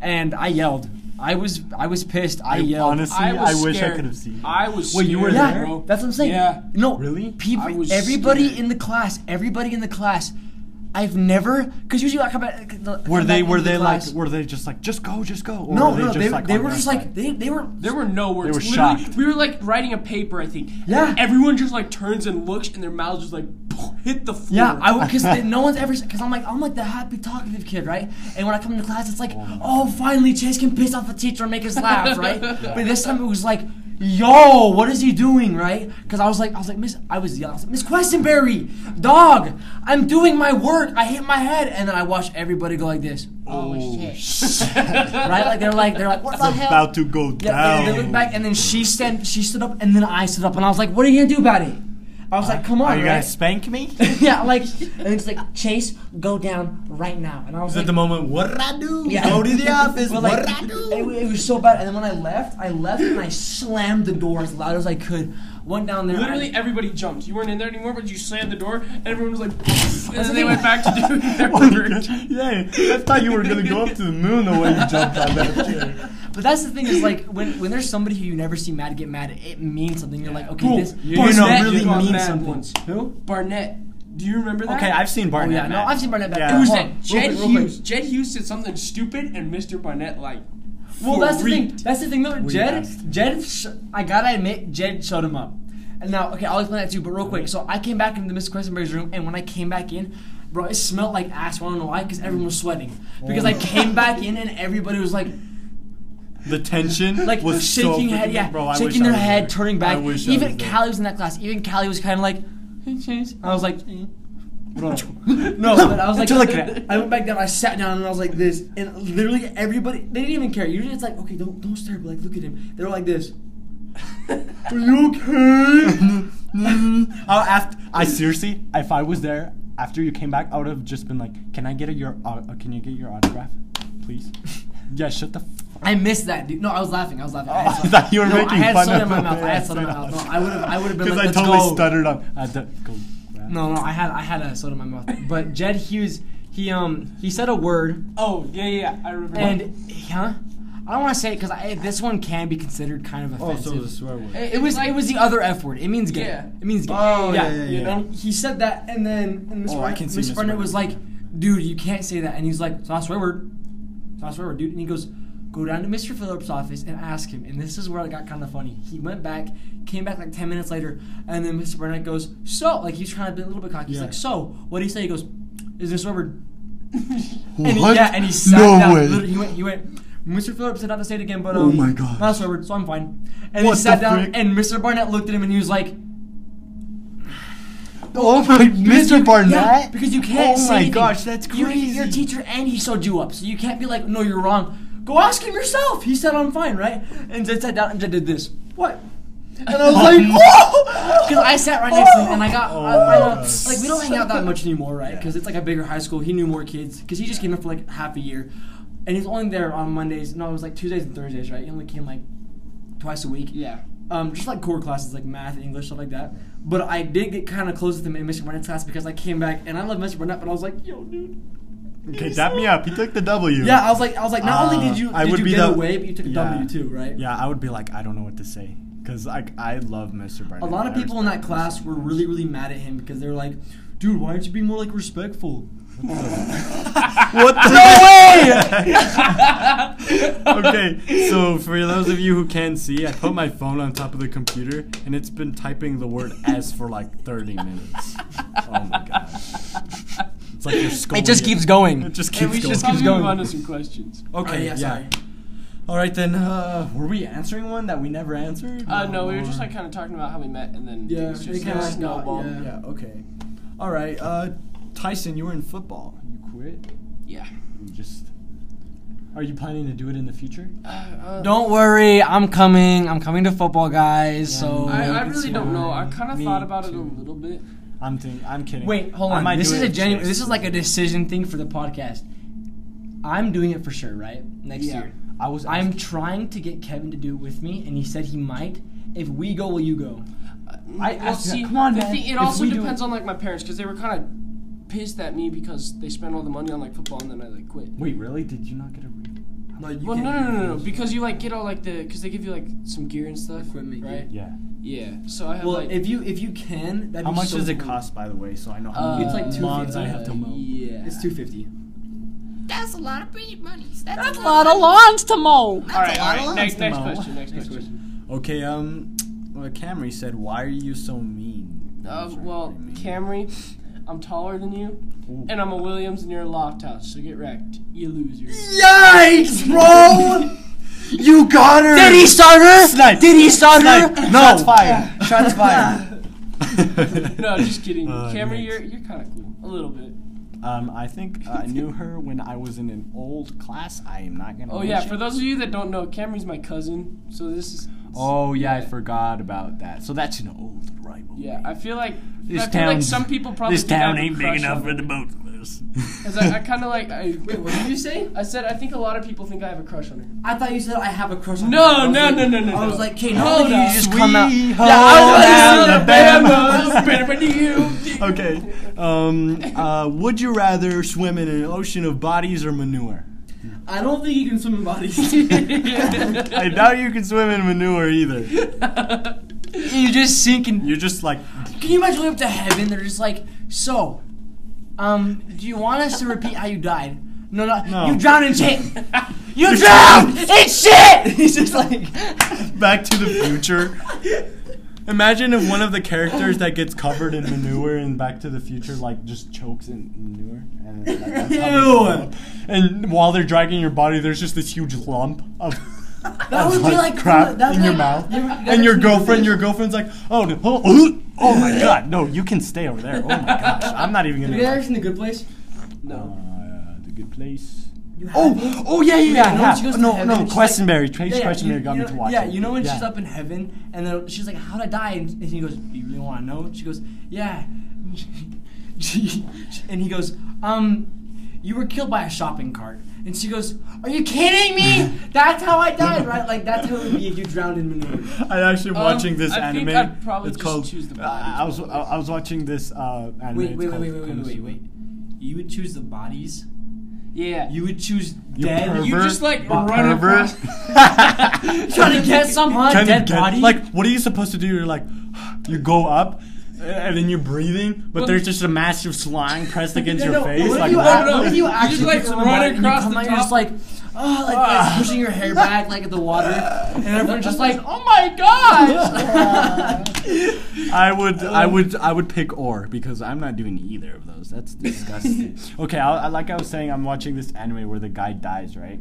S1: and I yelled. I was I was pissed. I, yelled.
S2: honestly,
S4: I
S2: I,
S4: was
S2: wish I
S4: scared.
S2: could have seen. it.
S4: I was
S2: Wait, you were
S4: scared,
S1: yeah,
S2: there?
S4: bro.
S1: that's what I'm saying.
S4: Yeah.
S1: No,
S2: Really?
S1: People,
S4: I was
S1: everybody
S4: scared.
S1: in the class, everybody in the class. I've never, because usually I come back.
S2: Were they? Were they like?
S1: class.
S2: Were they just like? Just go, just go. Or
S1: No,
S2: were
S1: no,
S2: just
S1: they,
S2: like
S1: they
S2: on
S1: were
S2: your
S1: just
S2: side?
S1: like they, they were.
S4: There were no words.
S2: were
S4: Literally,
S2: shocked.
S4: We were like writing a paper, I think.
S1: Yeah.
S4: And everyone just like turns and looks, and their mouths just like hit the floor.
S1: Yeah, I would because no one's ever because I'm like I'm like the happy talkative kid, right? And when I come to class, it's like, oh, finally Chase can piss off the teacher and make us laugh, right? But this time it was like, yo, what is he doing, right? Because I was like, I was like Miss, I was yelling, I was like, Miss Questenberry, dog, I'm doing my work. I hit my head, and then I watched everybody go like this,
S2: oh, shit.
S1: right? Like they're like they're like, what the hell?
S2: about to go
S1: Yeah,
S2: down.
S1: and they looked back, and then she stand, she stood up, and then I stood up, and I was like, "What are you gonna do about it?" I was like, come on,
S2: Are you
S1: right?
S2: gonna spank me?
S1: yeah, like, and it's like, Chase, go down right now. And I was
S2: Is
S1: like,
S2: it the moment? What I do?
S1: Yeah.
S2: Go to the office.
S1: But,
S2: what
S1: like,
S2: I
S1: it,
S2: do?
S1: wa- it was so bad. And then when I left, I left and I slammed the door as loud as I could. Went down there.
S4: Literally
S1: I,
S4: everybody jumped. You weren't in there anymore, but you slammed the door, and everyone was like, and then they went back to doing their work.
S2: Oh yeah, I thought you were gonna go up to the moon the way you jumped on that chair.
S1: but that's the thing is like when when there's somebody who you never see mad get mad, it means something. You're like, okay,
S2: Cool.
S1: this
S2: You-
S1: person
S2: you know,
S1: really
S2: you got
S1: means
S4: mad
S1: something.
S4: once.
S1: Who?
S4: Barnett, do you remember that?
S2: Okay, I've seen
S1: Oh
S2: Barnett. Oh,
S1: yeah, no,
S2: Matt.
S1: I've seen Barnett back.
S2: Yeah.
S4: It was
S1: Hold
S4: that
S1: on, real
S4: Jed
S1: quick, real quick.
S4: Hughes. Jed Hughes said something stupid, and Mr. Barnett like.
S1: Well, that's the thing.
S4: freaked.
S1: That's the thing, though. Jed,
S2: asked.
S1: Jed, sh- I gotta admit, Jed shut him up. And now, okay, I'll explain that to you, but real quick. So I came back into Miss Questenberry's room, and when I came back in, bro, it smelled like ass. I don't know why, because everyone was sweating. Because I came back in, and everybody was like,
S2: The tension
S1: like
S2: was so
S1: shaking head,
S2: freaking-
S1: yeah,
S2: bro, I wish
S1: shaking
S2: I
S1: their
S2: was
S1: head,
S2: there.
S1: turning
S2: I
S1: back.
S2: wish I
S1: Even
S2: was there.
S1: Callie was in that class. Even Callie was kind of like, hey, Chase. I was like, eh. Bro. no, but I was like,
S2: To look at it.
S1: I went back down. I sat down and I was like this, and literally everybody they didn't even care. Usually it's like, okay, don't don't stare, but like look at him. They were like this.
S2: Are you okay? I, after, I seriously, if I was there after you came back, I would have just been like, "Can I get a, your? au- Uh, can you get your autograph, please?" Yeah, shut the. F-
S1: I missed that, dude. No, I was laughing. Oh, I was laughing.
S2: I thought you were
S1: no,
S2: making
S1: I had
S2: fun
S1: soda
S2: of
S1: in my
S2: the
S1: mouth.
S2: way
S1: I
S2: I
S1: had soda in my
S2: said
S1: mouth. No,
S2: that.
S1: I would have. I would have been
S2: Because
S1: like,
S2: I
S1: let's
S2: totally
S1: go.
S2: stuttered on. I d- go grab.
S1: No, no, I had I had a soda in my mouth. But Jed Hughes, he um he said a word
S4: Oh yeah, yeah, I remember.
S1: and huh? I don't want to say it because this one can be considered kind of
S2: Oh,
S1: offensive.
S2: swear word.
S1: It was it was the other F word. It means gay.
S4: Yeah.
S1: It means gay.
S2: Oh, yeah, yeah,
S1: You
S2: yeah.
S1: know, he said that, and then and Miss
S2: Oh, I
S1: Barnett,
S2: can see
S1: Miss
S2: Miss
S1: Barnett was like,
S2: Barnett.
S1: "Dude, you can't say that." And he's like, "It's not a swear word. It's not a swear word, dude." And he goes, "Go down to Mr. Phillips' office and ask him." And this is where it got kind of funny. He went back, came back like ten minutes later, and then Mr. Barnett goes, "So," like he's trying to be a little bit cocky. He's
S2: Yeah.
S1: like, "So, what do you say?" He goes, "Is this a swear word?"
S2: What?
S1: And he, yeah, and he sat
S2: no
S1: down.
S2: Way.
S1: Literally, he went. He went. Mr. Phillips said not to say it again, but um,
S2: Oh my gosh.
S1: not a swear word, so I'm fine. And
S2: What
S1: he sat
S2: the
S1: down,
S2: frick?
S1: and Mr. Barnett looked at him, and he was like,
S2: oh my, Mr. Barnett.
S1: yeah, because you can't.
S2: Oh
S1: say
S2: my
S1: anything.
S2: gosh, that's
S1: You- You're a
S2: crazy.
S1: teacher, and he sewed you up, so you can't be like, no, you're wrong. Go ask him yourself. He said I'm fine, right? And Jed sat down and Jed did this. What? And I was like, oh! Because I sat right next to him, and I got I- I,
S2: Oh my
S1: don't-
S2: gosh.
S1: like we don't hang out that much anymore, right? Because it's like a bigger high school. He knew more kids because he just came in for like half a year, and he's only there on Mondays. No, it was like Tuesdays and Thursdays, right? He only came like twice a week
S4: yeah,
S1: um, just like core classes like math, English, stuff like that. But I did get kind of close with him in Mr. Burnett's class because I came back and I love Mr. Burnett, but I was like, yo, dude.
S2: Okay, dap me up. He took the W.
S1: Yeah, I was like, I was like, not only
S2: Uh,
S1: did you
S2: I
S1: did
S2: would
S1: you
S2: be
S1: get
S2: the-
S1: away, but you took a
S2: Yeah.
S1: W too, right?
S2: Yeah, I would be like, I don't know what to say, cause like I love Mr. Barnett.
S1: A lot of
S2: I
S1: people in that
S2: respect him
S1: class
S2: so
S1: were
S2: much.
S1: really, really mad at him because they were like, dude, why aren't you being more like respectful?
S2: What the No way! okay, so for those of you who can see, I put my phone on top of the computer and it's been typing the word S for like 30 minutes. Oh my god. It's like you're scolding.
S5: It just keeps going.
S2: It just
S4: and
S2: keeps
S4: we
S2: going.
S4: should probably
S5: going.
S4: move on to some questions.
S2: Okay,
S1: Oh,
S2: yeah.
S1: yeah, sorry.
S2: All right then, uh, were we answering one that we never answered?
S4: Uh, no, we were just
S2: Or-
S4: like kind of talking about how we met, and then
S1: Yeah,
S4: it was
S1: it
S4: just
S1: kinda
S4: a
S1: like got-
S4: snowball.
S1: yeah.
S2: Yeah, okay. All right, uh, Tyson, you were in football. You quit?
S4: yeah.
S2: You just. Are you planning to do it in the future?
S5: Don't worry, I'm coming. I'm coming to football, guys. So
S4: I, I
S2: It's
S4: really don't know. I kind of
S2: me
S4: thought about it a
S2: too.
S4: little bit.
S2: I'm thinking. I'm kidding.
S1: Wait, hold
S2: I
S1: on.
S2: might
S1: This
S2: do
S1: is
S2: it
S1: a
S2: in
S1: genuine.
S2: Chase.
S1: This is like a decision thing for the podcast. I'm doing it for sure, right? Next
S4: Yeah.
S1: year.
S2: I was.
S1: I'm
S2: asked-
S1: trying to get Kevin to do it with me, and he said he might. If we go, will you go?
S2: I
S4: Well,
S2: asked you that.
S4: see,
S2: Come on,
S4: the
S2: man.
S4: thing- it
S2: If
S4: also
S2: we do
S4: depends
S2: it-
S4: on like my parents because they were kind of pissed at me because they spent all the money on like football and then I like quit.
S2: Wait, really? Did you not get a? Re-
S1: No, you
S4: Well, no, no, no, no, no, because you like get all like the because they give you like some gear and stuff,
S1: Equipment, yeah.
S4: right?
S2: yeah.
S4: Yeah. So I have
S1: Well,
S4: like
S1: if you if you can, that'd
S2: How
S1: be
S2: much
S1: so
S2: does it
S1: cool.
S2: cost, by the way? So I know how
S4: Uh,
S2: many
S4: It's like
S1: two
S2: lawns
S1: fifty.
S2: I have to mow.
S4: yeah.
S1: It's two fifty.
S6: That's a lot of beat monies. That's,
S5: a lot of lawns to mow.
S4: all right, all
S6: That's a lot
S4: right.
S6: of
S4: Next, next
S2: Mo.
S4: question. Next,
S1: Next
S4: question.
S1: question.
S2: Okay. Um. Well, Camry said, "Why are you so mean?"
S4: Uh,
S2: Those are
S4: well,
S2: pretty mean.
S4: Camry, I'm taller than you,
S2: Ooh.
S4: and I'm a Williams, and you're a loft house. So get wrecked, you loser.
S2: Yikes, bro! you got her.
S5: Did he start her?
S2: Snipe.
S5: Did he start her?
S2: No. Shots fired. Shots fired.
S4: No, just kidding.
S2: Uh,
S4: Camry,
S2: next.
S4: you're you're kind of cool, a little bit.
S2: Um, I think I knew her when I was in an old class. I am not gonna.
S4: Oh yeah,
S2: mention-
S4: for those of you that don't know, Camry's my cousin, so this is Downs.
S2: Oh yeah, I forgot about that. So that's an old rival.
S4: Yeah, I feel like
S2: This
S4: I feel like
S2: town's-
S4: some people probably
S2: this
S4: think I have
S2: town
S4: a
S2: ain't big
S4: crush
S2: enough
S4: on
S2: for
S4: her.
S2: the both of us.
S4: 'Cause I, I kind of like. I, Wait,
S1: what did you say?
S4: I said I think a lot of people think I have a crush on her.
S1: I thought you said I have a crush on
S4: No,
S1: her. I was
S4: no,
S1: like-
S4: no, no, no,
S1: I
S4: no.
S1: was like, okay,
S2: Oh,
S4: Hold
S1: no,
S4: on.
S1: you just
S2: Sweet
S1: come out.
S2: Oh,
S4: Alabama.
S2: okay. Um, uh, would you rather swim in an ocean of bodies or manure?
S1: I don't think you can swim in bodies.
S2: I doubt you can swim in manure either.
S1: you just sink and
S2: You're just like,
S1: Can you imagine going up to heaven? They're just like, so, um, do you want us to repeat how you died? No, no,
S2: No.
S1: you drowned in shit. You drowned in shit. He's just like,
S2: Back to the Future. Imagine if one of the characters that gets covered in manure in Back to the Future like just chokes in manure, and then, like, that's how they
S1: Ew.
S2: go up. And while they're dragging your body, there's just this huge lump of.
S1: that
S2: of,
S1: would be like
S2: crap
S1: that would
S2: in
S1: be
S2: your
S1: like-
S2: mouth,
S1: You ever-
S2: and your girlfriend, your girlfriend's like, oh no, oh, oh my god, no, you can stay over there. Oh my gosh, I'm not even
S1: Have
S2: gonna.
S1: you ever seen the Good Place?
S4: No.
S2: Uh, the good place.
S1: You haven't?
S2: Oh, oh yeah, yeah, yeah.
S1: no,
S2: yeah.
S1: she goes to
S2: no,
S1: heaven
S2: no,
S1: and she's like-
S2: Questionberry. Trace
S1: Yeah, yeah,
S2: Questionberry
S1: you
S2: got me
S1: know-
S2: to watch.
S1: Yeah,
S2: it.
S1: you know when
S2: Yeah.
S1: she's up in heaven and then she's like, "How'd I die?" and, and he goes, "Do you really want to know?" And she goes, "Yeah." And she- and he goes, "Um, you were killed by a shopping cart." And she goes, "Are you kidding me? That's how I died, right? Like that's how it would be if you drowned in manure."
S2: I'm actually watching this
S4: I
S2: anime.
S4: think I'd probably
S2: it's
S4: just
S2: called.
S4: choose the
S2: uh, I was
S4: bodies,
S2: I, I was watching this uh, anime.
S1: Wait, wait,
S2: it's
S1: wait,
S2: called
S1: wait, wait, wait, wait,
S2: Konosuba.
S1: wait. You would choose the bodies.
S4: Yeah.
S1: You would choose
S2: You
S1: dead.
S2: pervert.
S4: You just like
S1: Bo-
S4: run
S2: pervert.
S4: across.
S1: trying to get some huh?
S2: Can you
S1: dead
S2: get-
S1: body.
S2: Like, what are you supposed to do? You're like, you go up. uh, And then you're breathing, but
S4: Well,
S2: there's just a massive slime pressed against
S1: No,
S2: your
S1: no,
S2: face.
S1: What if
S2: like,
S1: you,
S2: that.
S1: act- what if you
S4: You just,
S1: actually
S4: like,
S1: put someone
S4: run
S1: by and you
S4: across
S1: come
S4: the
S1: out, you're just
S4: top.
S1: like, oh, like
S2: Ah.
S1: pushing your hair back like at the water, and everyone's just like, oh my god.
S2: I would,
S1: Um,
S2: I would, I would pick or because I'm not doing either of those. That's disgusting. okay, I, I, like I was saying, I'm watching this anime where the guy dies. Right,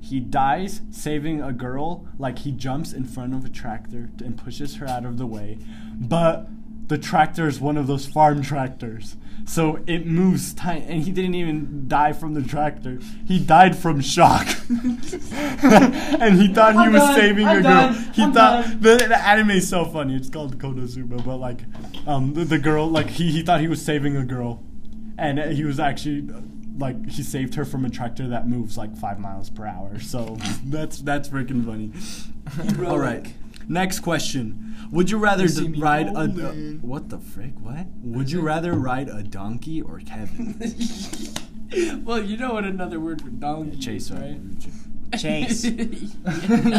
S2: he dies saving a girl. Like he jumps in front of a tractor t- and pushes her out of the way, but the tractor is one of those farm tractors, so it moves tiny. And he didn't even die from the tractor. He died from shock. and he thought he
S1: I'm
S2: was
S1: done,
S2: saving
S1: I'm
S2: a girl.
S1: done,
S2: He
S1: I'm
S2: thought
S1: done.
S2: the, the anime is so funny. It's called Konosuba, but like, um, the, the girl, like he, he thought he was saving a girl, and uh, he was actually uh, like he saved her from a tractor that moves like five miles per hour. So that's that's freaking funny. All right, next question: Would you rather d-
S1: me
S2: ride a do- what the frick? What would you rather ride a donkey or Kevin?
S4: Well, you know what another word for donkey
S2: Chase,
S4: is, right?
S2: sorry.
S5: Chase.
S4: no.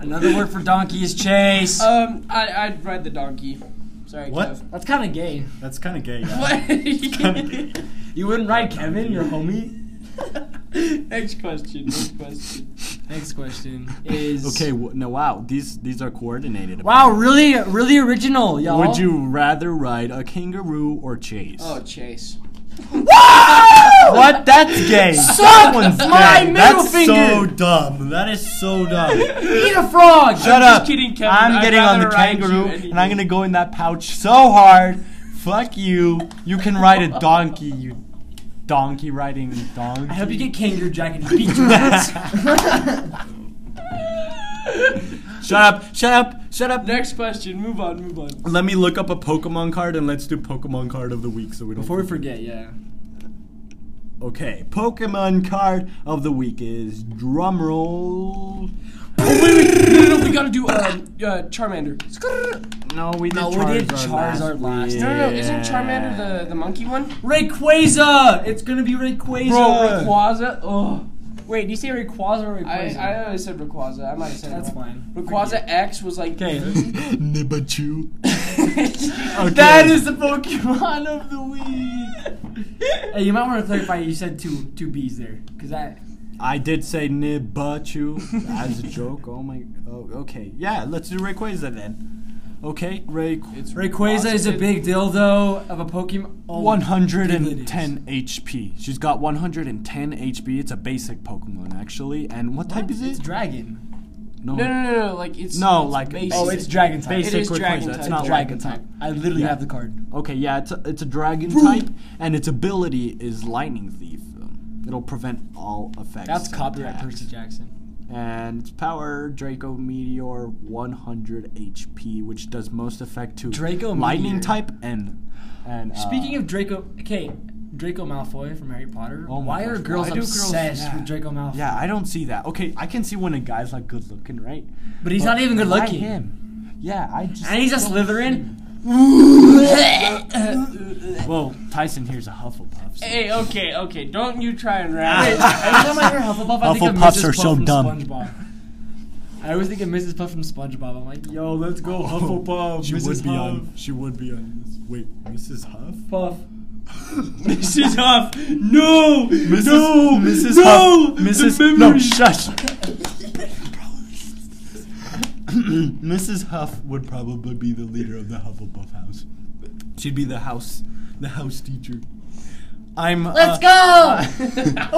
S5: Another word for donkey is chase.
S4: Um, I, I'd ride the donkey. Sorry,
S2: What?
S4: Kev.
S1: That's kind of gay.
S2: That's kind of gay. Yeah.
S4: What?
S1: You wouldn't ride Kevin, your homie.
S4: next question. Next question.
S1: Next question is
S2: Okay, w- no, wow, these these are coordinated.
S1: Wow, really, really original, y'all.
S2: Would you rather ride a kangaroo or chase? Ah!
S4: Oh, Chase.
S2: what? That's gay. Someone's
S1: my middle
S2: That's so
S1: finger.
S2: dumb. That is so dumb.
S1: eat a frog?
S2: Shut
S4: just
S2: up.
S4: kidding, Kevin.
S2: I'm
S4: I'd
S2: getting on the
S4: rather ride you
S2: kangaroo
S4: any
S2: and I'm
S4: day.
S2: gonna go in that pouch so hard. Fuck you. You can ride a donkey. You donkey riding donkey.
S1: I hope you get kangaroo jack and beat your ass.
S2: Shut up. Shut up. Shut up.
S4: Next question. Move on. Move on.
S2: Let me look up a Pokemon card and let's do Pokemon card of the week so we don't.
S1: Before we forget, yeah.
S2: Okay, Pokemon card of the week is drumroll.
S4: No, no, we gotta do um, uh, Charmander.
S2: No, we did
S1: No, we
S2: Charizard
S1: did Charizard last.
S2: week.
S4: No, no, no. Isn't Charmander the, the monkey one?
S1: Rayquaza! It's gonna be Rayquaza.
S4: Bro, Rayquaza. Oh,
S1: Wait, do you say Rayquaza or
S4: I,
S1: Rayquaza?
S4: I always said Rayquaza. I might have said it
S1: That's
S4: wrong.
S1: fine.
S4: Rayquaza X was like.
S2: Nibichu. okay.
S1: That is the Pokemon of the week. hey, you might want to clarify. You said two two B's there, because that
S2: I did say Nibichu as a joke. Oh my. Oh, okay. Yeah, let's do Rayquaza then. Okay, Ray. It's
S1: Rayquaza is a big dildo of a Pokemon. Oh,
S2: 110 HP. She's got 110 HP. It's a basic Pokemon actually. And what, type is
S1: It's
S2: it?
S1: dragon.
S2: no.
S4: No, no, no, no. Like it's.
S2: No, like
S4: basic.
S1: Oh, it's dragon type.
S2: Basic
S4: It is
S2: Rayquaza.
S4: dragon
S2: It's
S4: type.
S2: not
S1: Dragon
S2: dragon
S1: type.
S2: type.
S1: I literally
S2: Yeah.
S1: have the card.
S2: Okay, yeah, it's a, it's a dragon type, and its ability is lightning thief. Um, It'll prevent all effects.
S1: That's
S2: and
S1: copyright,
S2: attacks.
S1: Percy Jackson.
S2: and its power Draco Meteor 100 HP, which does most effect to
S1: Draco
S2: lightning
S1: Meteor.
S2: type and and.
S1: Speaking
S2: uh,
S1: of Draco, okay, Draco Malfoy from Harry Potter.
S2: Oh my
S1: why
S2: gosh,
S1: are girls
S2: why do girls-
S1: obsessed
S2: yeah.
S1: with Draco Malfoy?
S2: yeah, I don't see that. Okay, I can see when a guy's like good looking, right?
S1: but he's not even good
S2: why
S1: looking.
S2: Him. Yeah, I just.
S1: And he's a Slytherin.
S2: well, Tyson here's a Hufflepuff. so-
S4: Hey, okay, okay. Don't you try and rap.
S1: Every time I hear Hufflepuff, I think of
S2: Hufflepuffs
S1: Mrs.
S2: are
S1: Puff
S2: so
S1: from
S2: dumb.
S1: SpongeBob. I always think of Mrs. Puff from SpongeBob. I'm like, yo, let's go Hufflepuff.
S2: She
S1: Mrs.
S2: would be
S1: Huff.
S2: on. She would be on. This. Wait, Mrs. Huff.
S1: Puff.
S4: Mrs. Huff, no,
S2: Mrs.
S4: no,
S2: Mrs.
S4: no,
S2: Huff. Mrs.
S4: The
S2: no,
S4: memories.
S2: shush. Mrs. Huff would probably be the leader of the Hufflepuff house. She'd be the house, the house teacher. I'm. uh, Let's go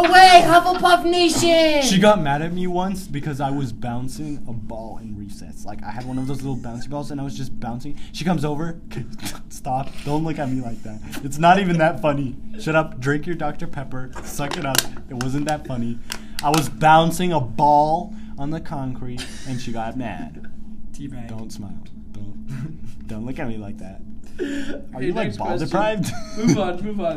S6: Away, Hufflepuff Nation!
S2: She got mad at me once because I was bouncing a ball in recess. Like I had one of those little bouncy balls and I was just bouncing. She comes over, stop! Don't look at me like that. It's not even that funny. Shut up. Drink your Dr Pepper. Suck it up. It wasn't that funny. I was bouncing a ball on the concrete and she got mad.
S1: Teabag.
S2: Don't smile. Don't. Don't look at me like that. Are
S4: Okay,
S2: you like
S4: next
S2: ball
S4: question.
S2: deprived?
S4: Move on, move on.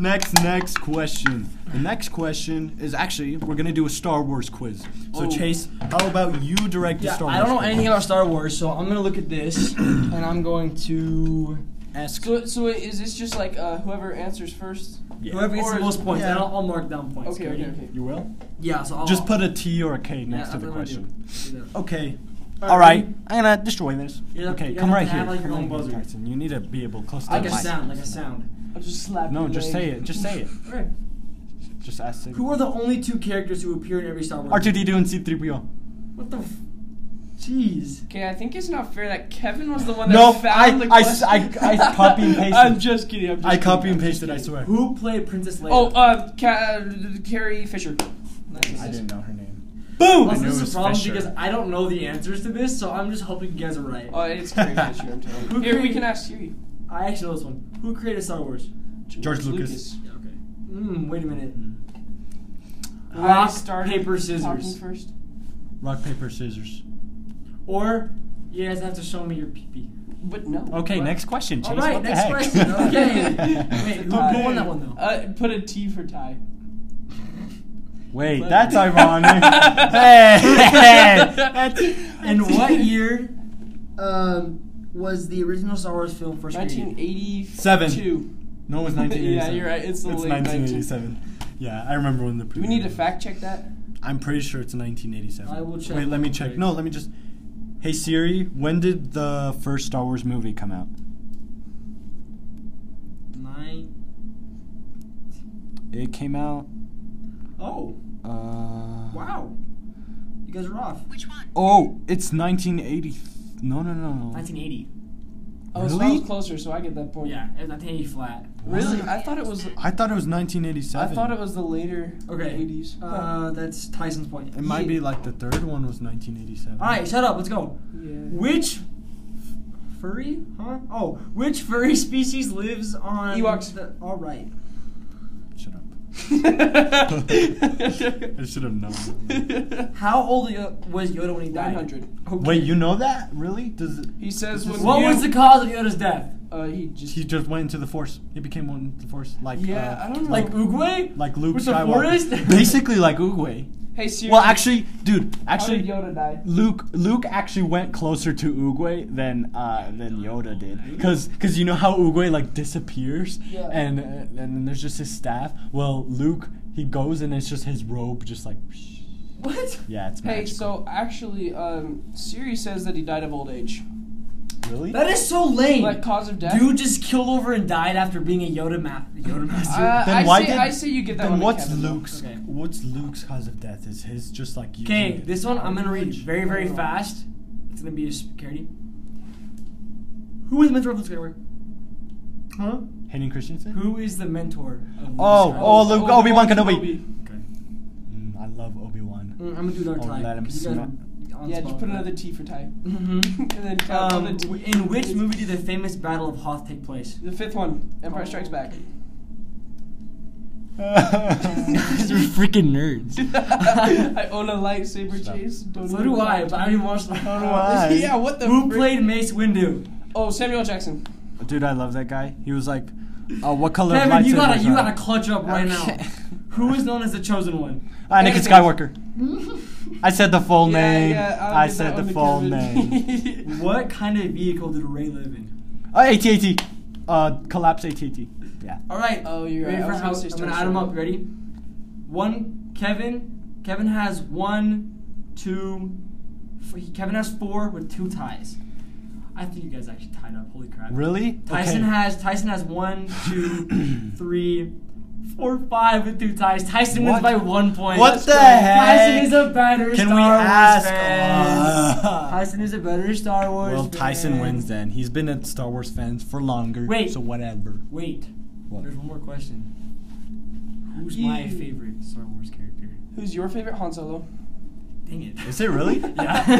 S2: Next, next question. The next question is actually we're gonna do a Star Wars quiz. So
S4: Oh.
S2: Chase, how about you direct the
S1: Yeah,
S2: Star Wars?
S1: I don't know
S2: quiz?
S1: anything about Star Wars, so I'm gonna look at this, and I'm going to
S2: Ask.
S4: So, so is this just like uh, whoever answers first?
S2: Yeah.
S1: whoever gets
S4: Or-
S1: the most points.
S2: yeah.
S1: And I'll, I'll mark down points.
S4: Okay, okay, okay.
S2: You will.
S1: Yeah, so I'll
S2: Just put a T or a K
S1: Oh. yeah,
S2: next to
S1: that's
S2: the
S1: what I'm gonna
S2: question. Oh,
S1: do. Do that.
S2: Okay.
S1: Alright,
S2: All right.
S1: ready?
S2: I'm gonna destroy this.
S1: You're gonna-
S2: okay,
S1: you're
S2: come
S1: gonna
S2: right
S1: have,
S2: here.
S1: like, your
S2: Come
S1: own
S2: right here,
S1: buzzer.
S2: Tyson. You need to be able close to
S1: Like
S2: the
S1: a
S2: mic.
S1: sound, like a sound.
S4: I'll just slap.
S2: No,
S4: your
S2: just
S4: leg.
S2: say it. Just say it.
S1: Okay.
S2: Just ask. It.
S1: Who are the only two characters who appear in every Star Wars? movie?
S2: R2D2 and C3PO?
S1: What the? F- Jeez.
S4: Okay, I think it's not fair that Kevin was the one that
S2: No,
S4: found
S2: I,
S4: the
S2: I, s-
S4: question.
S2: I, I copy and pasted.
S4: I'm just kidding. I'm just
S2: I
S4: kidding.
S2: copy and pasted. I swear.
S1: Who played Princess Leia?
S4: Oh, uh, Ca- uh, Carrie Fisher.
S2: I didn't know her name.
S1: boom!
S2: I
S1: this
S2: knew it
S1: is
S2: was
S1: a problem
S2: Fisher.
S1: because I don't know the answers to this, so I'm just hoping you guys are right.
S4: Oh, it's Carrie Fisher. I'm telling you.
S1: Who
S4: Here we
S1: created-
S4: can ask Siri.
S1: I actually know this one. Who created Star Wars?
S2: George Lucas.
S1: Yeah, okay. Mm, wait a minute.
S4: I
S1: Rock,
S4: started
S1: paper,
S4: talking
S1: scissors.
S4: First.
S2: Rock, paper, scissors.
S1: Or you guys have to show me your pee pee.
S4: But no.
S2: Okay,
S4: What?
S2: next question. Chase,
S1: All right,
S2: what the
S1: next
S2: heck?
S1: question. Okay. Wait, who, who won that one though?
S4: Uh, put a T for tie.
S2: Wait, that's ironic. hey, that's-
S1: And what year um, was the original Star Wars film first created?
S4: 1982.
S2: Seven. no, it was 1987.
S4: Yeah, you're right, it's the late
S2: 1987. Yeah, I remember when the.
S4: Do we need to fact check that?
S2: I'm pretty sure it's 1987.
S1: I will check
S2: Wait, let me
S1: real
S2: check.
S1: quick.
S2: No, let me just. Hey Siri, when did the first Star Wars movie come out?
S1: Nine.
S2: It came out.
S1: Oh,
S2: Uh,
S1: wow. You guys are off.
S6: Which one?
S2: Oh, it's 1980. No, no, no, no.
S1: 1980.
S4: Oh, so I
S2: Really?
S4: was closer, so I get that point.
S1: Yeah, it was 1980 flat.
S4: Really? I thought it was.
S2: I thought it was 1987.
S4: I thought it was the later Oh.
S1: Okay.
S4: 80s.
S1: Uh, that's Tyson's point.
S2: It might be like the third one was 1987.
S1: All right, shut up. Let's go.
S4: yeah.
S1: Which f- furry? Huh? Oh, which furry species lives on?
S4: Ewoks.
S1: The, all right.
S2: Shut up. I
S4: Nine
S2: should have known.
S1: How old Yo- was Yoda when he died?
S4: hundred.
S1: Okay.
S2: Wait, you know that? Really? Does it,
S4: He says when
S1: What
S4: you-
S1: was the cause of Yoda's death?
S4: Uh, he just.
S2: he just went into the Force? He became one with the Force, like
S4: yeah,
S2: uh,
S4: I don't know.
S1: Like Oogway?
S2: like Luke
S1: With the
S2: Skywalker.
S1: forest?
S2: Basically, like Oogway.
S4: hey Siri.
S2: Well, actually, dude,
S4: how did
S2: actually,
S4: Yoda die?
S2: Luke Luke actually went closer to Oogway than uh, than
S1: Oh,
S2: Yoda did, cause 'cause you know how Oogway like disappears,
S4: Yeah.
S2: and uh, and then there's just his staff. Well, Luke he goes and it's just his robe, just like
S1: What?
S2: yeah, it's
S4: Hey,
S2: magical.
S4: so actually, um, Siri says that he died of old age.
S2: really?
S1: That is so lame.
S4: Like cause of death.
S1: Dude just killed over and died after being a Yoda ma- Yoda master.
S4: Uh,
S2: Then
S4: I
S2: why
S4: say,
S2: did-
S4: I say you get that
S2: Then
S4: one. to
S2: what's
S4: Kevin, though.
S2: Luke's
S1: Okay.
S2: what's Luke's cause of death? Is his just like using
S1: Okay,
S2: it?
S1: this one I'm gonna read very, very fast. It's gonna be a security. Who is the mentor of Luke Skywalker? Huh?
S2: Hayden Christensen?
S1: Who is the mentor of Luke
S2: Oh,
S1: Skywalker?
S2: oh, Luke, Obi Wan Kenobi.
S1: Okay.
S2: Mm, I love Obi Wan.
S1: Mm, I'm gonna do another
S2: Oh,
S1: time.
S2: let him
S1: because you guys
S2: sma-
S1: are on
S4: Yeah, just put
S1: Spotify.
S4: another T for time.
S1: Mhm.
S4: and then count
S1: Um,
S4: on the T.
S1: w- in which movie did the famous Battle of Hoth take place?
S4: The fifth one, Empire Strikes Back.
S5: These are freaking nerds.
S4: I own a lightsaber chase. Don't
S1: So
S4: even
S1: do I,
S4: watch
S1: but I
S4: it.
S1: didn't watch the
S2: do I.
S4: yeah, what the?
S1: Who
S4: frick?
S1: played Mace Windu?
S4: Oh, Samuel Jackson.
S2: Dude, I love that guy. He was like, uh, what color of
S1: Kevin, you gotta
S2: lightsabers
S1: you
S2: are-
S1: gotta clutch up right now. Who is known as the chosen one?
S2: Ah, Anakin Skywalker. I said the full
S4: Yeah,
S2: name.
S4: yeah, I'll
S2: I
S4: give
S2: said
S4: that
S2: the full
S4: one to
S2: name.
S4: Kevin.
S1: What kind of vehicle did Ray live in?
S2: Oh, AT-AT. Uh, collapse AT-AT. Yeah.
S1: All right.
S4: Oh, you're
S1: ready
S4: right. I
S1: for
S4: was
S1: how,
S4: gonna say
S1: I'm gonna
S4: Star
S1: add them
S4: Destroyer.
S1: up. You ready? One. Kevin. Kevin has one, two. Four, he, Kevin has four with two ties. I think you guys actually tied up. Holy crap!
S2: Really?
S1: Tyson
S2: Okay.
S1: has Tyson has one, two, three, four, five with two ties. Tyson
S2: What?
S1: wins by one point.
S2: What
S1: Let's
S2: the
S1: go.
S2: heck?
S1: Tyson is a better
S2: Can
S1: Star
S2: we
S1: Wars
S2: ask?
S1: fan.
S2: Uh,
S1: Tyson is a better Star Wars.
S2: well, Tyson
S1: fan.
S2: wins then. He's been a Star Wars fan for longer.
S1: Wait.
S2: So whatever.
S1: Wait,
S2: What?
S1: there's one more question. Who's my favorite Star Wars character?
S4: Who's your favorite Han Solo?
S1: Dang it.
S2: Is it really?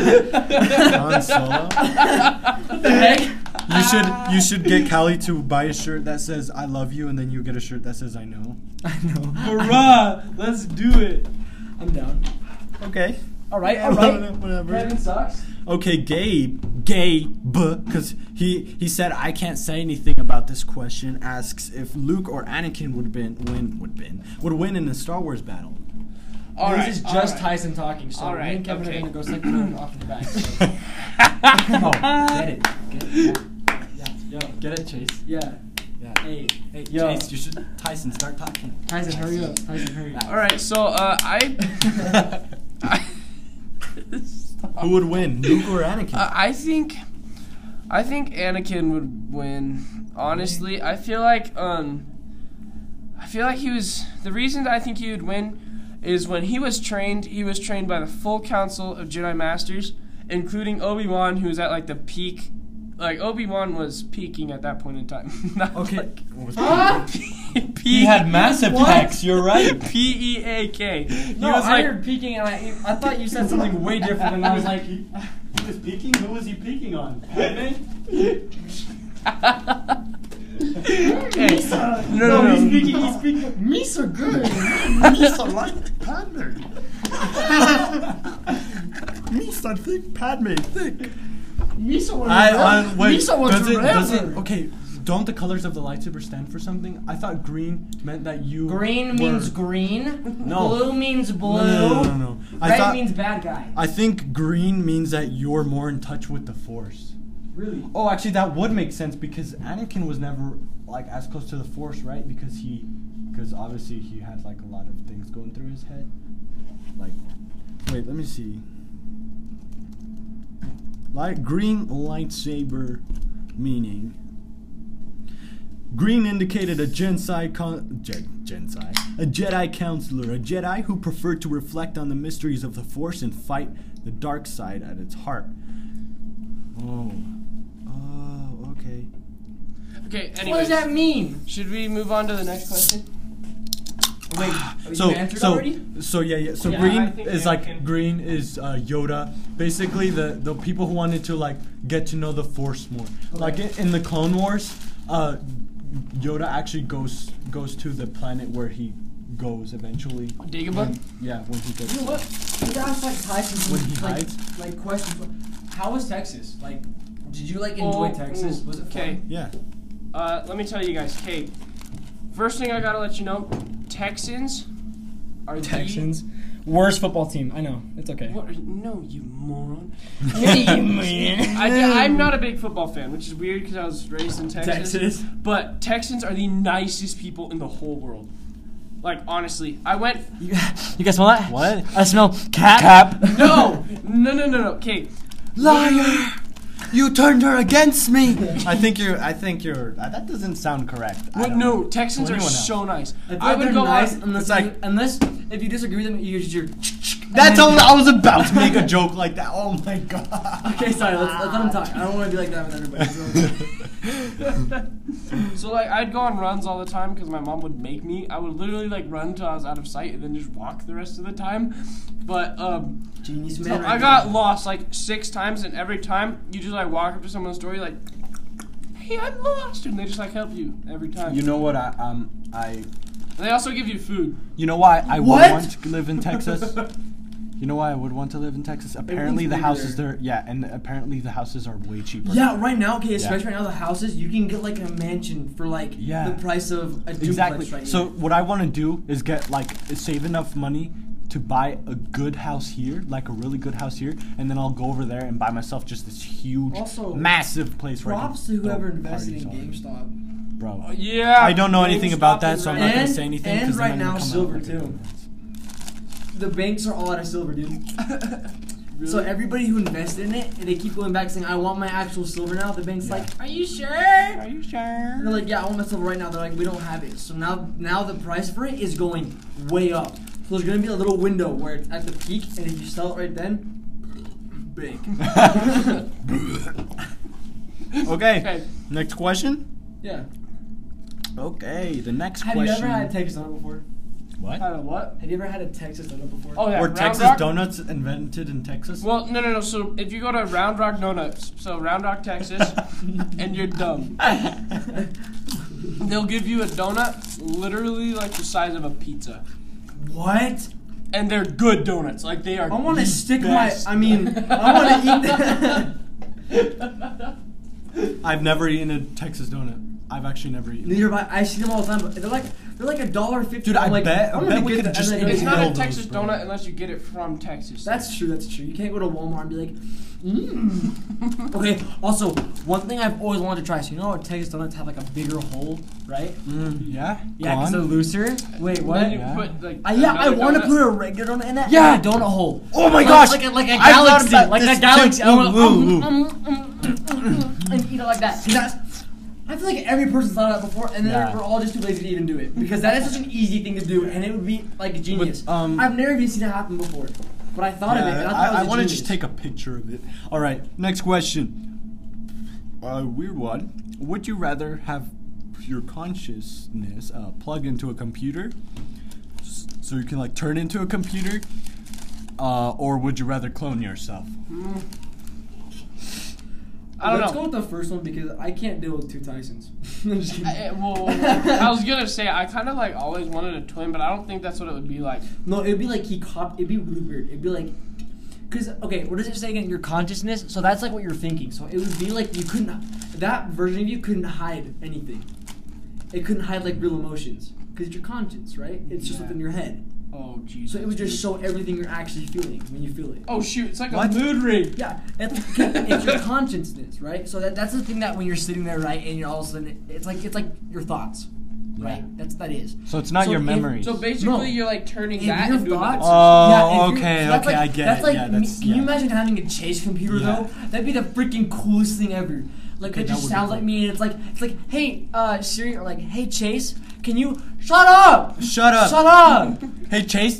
S1: yeah.
S2: Han Solo.
S1: What the heck?
S2: You should you should get Callie to buy a shirt that says "I love you" and then you get a shirt that says "I know."
S1: I know.
S4: Bruh, let's do it.
S1: I'm down.
S2: Okay.
S1: All right, all right.
S2: Whatever.
S4: Kevin sucks.
S2: Okay, Gabe, Gabe, because he he said I can't say anything about this question. Asks if Luke or Anakin would been win would been would win in a Star Wars battle.
S4: All right.
S1: this is just
S4: all right.
S1: Tyson talking, so
S4: All
S1: me
S4: right,
S1: and Kevin
S4: okay.
S1: are gonna go second round off in the back. so-
S2: oh,
S1: Get it. Get it. Yeah. Yo.
S2: Get it, Chase.
S1: Yeah.
S2: Yeah.
S1: Hey.
S2: Hey,
S1: Yo.
S2: Chase, you should Tyson start talking.
S1: Tyson, hurry up. Tyson, hurry up.
S4: All right. So uh, I. I
S2: Who would win, Luke or Anakin?
S4: Uh, I think, I think Anakin would win. Honestly, I feel like um, I feel like he was the reason that I think he would win is when he was trained. He was trained by the full council of Jedi masters, including Obi Wan, who was at like the peak. Like Obi Wan was peaking at that point in time. Not
S2: okay.
S4: like-
S2: He
S4: P
S2: had massive
S1: What?
S2: pecs. You're right.
S4: P E A K. He
S1: No,
S4: was
S1: I
S4: like
S1: heard peeking, and I, I thought you said something way different, and I was like,
S2: Who was peeking? Who was he peeking on?
S4: Hey, no, no,
S1: no,
S4: no.
S1: he's peeking, he's peeking.
S2: Me so good. Me so like Padme. Me so thick Padme thick.
S1: Misa was
S2: I on wait.
S1: Misa was
S2: does it, does it,
S1: forever.
S2: okay. Don't the colors of the lightsaber stand for something? I thought green meant that you.
S1: Green means
S2: were-
S1: green.
S2: No.
S1: Blue means blue.
S2: No, no, no, no, no. I
S1: Red
S2: thought-
S1: means bad guy.
S2: I think green means that you're more in touch with the force.
S1: really?
S2: Oh, actually, that would make sense because Anakin was never like as close to the Force, right? Because he, because obviously he had like a lot of things going through his head. Like, wait, let me see. Light green lightsaber meaning. Green indicated a Jedi con- Je- Jedi, a Jedi counselor, a Jedi who preferred to reflect on the mysteries of the Force and fight the dark side at its heart. Oh. Oh, okay.
S4: Okay. Anyways,
S1: What does that mean?
S4: Should we move on to the next question?
S1: Wait, you
S2: So,
S1: answered
S2: so,
S1: already?
S2: so yeah, yeah. So
S4: Yeah, I
S2: green
S4: think
S2: is
S4: Anakin-
S2: like green is uh, Yoda. Basically, the the people who wanted to like get to know the Force more. Like in, in the Clone Wars, uh, Yoda actually goes goes to the planet where he goes eventually.
S4: Dagobah.
S2: Yeah, when he
S1: You know
S2: goes.
S1: what? You gotta ask like Tyson
S2: When he
S1: like,
S2: hides?
S1: like questions. How was Texas? Like, did you like enjoy
S4: Oh,
S1: Texas?
S4: mm,
S1: Was it fun?
S4: okay.
S2: Yeah.
S4: Uh, let me tell you guys. Okay, first thing I gotta let you know, Texans are the-
S1: worst football team. I know. It's okay.
S4: what are you, no, you moron. I, am not a big football fan, which is weird because I was raised in Texas.
S1: Texas.
S4: But Texans are the nicest people in the whole world. Like honestly, I went.
S5: You guys smell that?
S2: What?
S5: I smell cat. Cap.
S4: No, no, no, no, no. Okay,
S2: Liar! You turned her against me. I think you're. I think you're. Uh, that doesn't sound correct. I
S4: what?
S2: don't
S4: No,
S2: know.
S4: Texans
S2: To
S4: are
S2: anyone else.
S4: so nice.
S1: I,
S4: I would go
S1: nice
S4: out.
S1: unless,
S2: It's like-
S1: unless if you disagree with them, you just your.
S2: That's all. I was about to make a joke like that. Oh my god.
S1: Okay, sorry. Let's, let's let them talk. I don't want to be like that with everybody. So.
S2: um,
S4: So like I'd go on runs all the time because my mom would make me. I would literally like run till I was out of sight and then just walk the rest of the time. But um,
S1: Genius man.
S4: so
S1: right
S4: I
S1: there.
S4: got lost like six times, and every time you just like walk up to someone's door, you're like, "Hey, I'm lost," and they just like help you every time.
S2: You know what I um I
S4: And they also give you food.
S2: You know why I would
S1: What?
S2: want to live in Texas? You know why I would want to live in Texas? Apparently the
S4: bigger.
S2: houses there, yeah, and apparently the houses are way cheaper.
S1: Yeah, right now, okay, especially right now, the houses you can get like a mansion for like
S2: Yeah.
S1: the price of a duplex
S2: exactly.
S1: right
S2: so
S1: here.
S2: what I want to do is get like save enough money to buy a good house here, like a really good house here, and then I'll go over there and buy myself just this huge,
S1: Also,
S2: massive place. Where I can
S1: props to
S2: throw
S1: whoever invested in
S2: parties all
S1: GameStop.
S2: over. bro.
S4: Yeah.
S2: I don't know anything about that, so I'm not gonna
S1: And-
S2: say anything.
S1: and
S2: 'cause then
S1: right
S2: I'm gonna
S1: now
S2: come out
S1: silver,
S2: like a
S1: too.
S2: dumbass.
S1: The banks are all out of silver, dude. So everybody who invested in it, and they keep going back saying, "I want my actual silver now." The bank's like, "Are you sure?" And
S2: Are you sure?
S1: they're like, "Yeah, I want my silver right now." They're like, "We don't have it." So now, now the price for it is going way up. So there's gonna be a little window where it's at the peak, and if you sell it right then, big.
S2: Okay.
S4: Okay.
S2: Next question.
S1: yeah.
S2: Okay. The next
S1: Have
S2: question.
S1: you ever had a Texas donut before?
S2: what?
S4: Out of what?
S1: Have you ever had a Texas donut before?
S4: Oh yeah.
S2: Were
S4: Round
S2: Texas
S4: Rock?
S2: donuts invented in Texas?
S4: Well, no, no, no. So if you go to Round Rock Donuts, so Round Rock, Texas, and you're dumb, they'll give you a donut literally like the size of a pizza,
S1: What?
S4: and they're good donuts. Like they are.
S1: I want to
S4: the
S1: stick
S4: best.
S1: my. I mean, I want to eat that.
S2: I've never eaten a Texas donut. I've actually never eaten.
S1: Neither have I. I see them all the time. But they're like they're like a dollar fifty.
S2: Dude, I
S1: I'm like,
S2: bet- I
S1: I'm
S2: bet
S1: gonna
S2: we
S1: get
S2: could
S1: that.
S2: just
S1: and
S2: eat
S1: then I
S4: It's
S1: get
S2: all
S4: not
S1: it.
S2: those,
S4: a Texas
S2: bro.
S4: donut unless you get it from Texas.
S1: That's true. That's true. You can't go to Walmart and be like, mmm. okay. Also, one thing I've always wanted to try. So you know how Texas donuts have like a bigger hole, right?
S2: Yeah.
S1: Mm. Yeah, because they're looser. Wait,
S4: And
S1: what?
S2: Mm-hmm.
S4: you
S2: Yeah.
S4: put, like,
S1: I, Uh, yeah, I
S4: another
S1: want to
S4: donut-
S1: put a regular donut in that.
S2: Yeah.
S1: and a donut hole.
S2: Oh my
S1: like,
S2: gosh!
S1: Like a, like a
S2: I
S1: galaxy,
S2: thought about
S1: like
S2: this
S1: a galaxy.
S2: too.
S1: I wanna-
S2: Ooh, ooh, ooh.
S6: and eat it like that.
S1: And that's- I feel like every person's thought of that before, and then
S2: Yeah.
S1: we're all just too lazy to even do it because that is such an easy thing to do, and it would be like genius.
S2: um,
S1: I've never even seen it happen before, but I thought of it. And
S2: Yeah,
S1: I,
S2: I,
S1: thought it was
S2: want to
S1: genius.
S2: just take a picture of it. All right, next question. A weird one. Would you rather have your consciousness uh, plugged into a computer, s- so you can like turn into a computer, uh, or would you rather clone yourself?
S4: I
S1: Let's go
S4: don't know.
S1: with the first one because I can't deal with two Tysons. I'm just kidding.
S4: I, eh, well, I was gonna say I kind of like always wanted a twin, but I don't think that's what it would be like.
S1: No, it'd be like he cop. It'd be really weird. It'd be like, cause okay, what does it say again? Your consciousness. So that's like what you're thinking. So it would be like you couldn't. That version of you couldn't hide anything. It couldn't hide like real emotions because it's your conscience, right? It's just
S4: Yeah.
S1: within your head.
S4: Oh Jesus.
S1: So it would just show everything you're actually feeling when you feel it.
S4: Oh shoot! It's like
S2: What?
S4: a mood ring.
S1: Yeah, it's, it's your consciousness, right? So that, that's the thing that when you're sitting there, right, and you're all of a sudden, it's like it's like your thoughts, right?
S2: Yeah.
S1: That's that is.
S2: So it's not
S1: So
S2: your
S1: if-
S2: memories.
S4: So basically,
S1: No.
S4: you're like turning
S1: If
S4: that
S1: your
S4: into another
S1: thoughts-
S2: oh,
S1: if you're-
S2: okay,
S1: so that's
S2: okay,
S1: like-
S2: I get
S1: that's
S2: it.
S1: Like,
S2: yeah,
S1: me-
S2: that's,
S1: can you
S2: yeah.
S1: imagine having a chase computer
S2: Yeah.
S1: though? That'd be the freaking coolest thing ever. Like
S2: Okay,
S1: it
S2: that would
S1: just
S2: be
S1: sounds like
S2: cool.
S1: me, and it's like it's like, hey, uh, Siri, or like, hey, Chase, can you shut up?
S2: Shut up.
S1: Shut up.
S2: Hey Chase,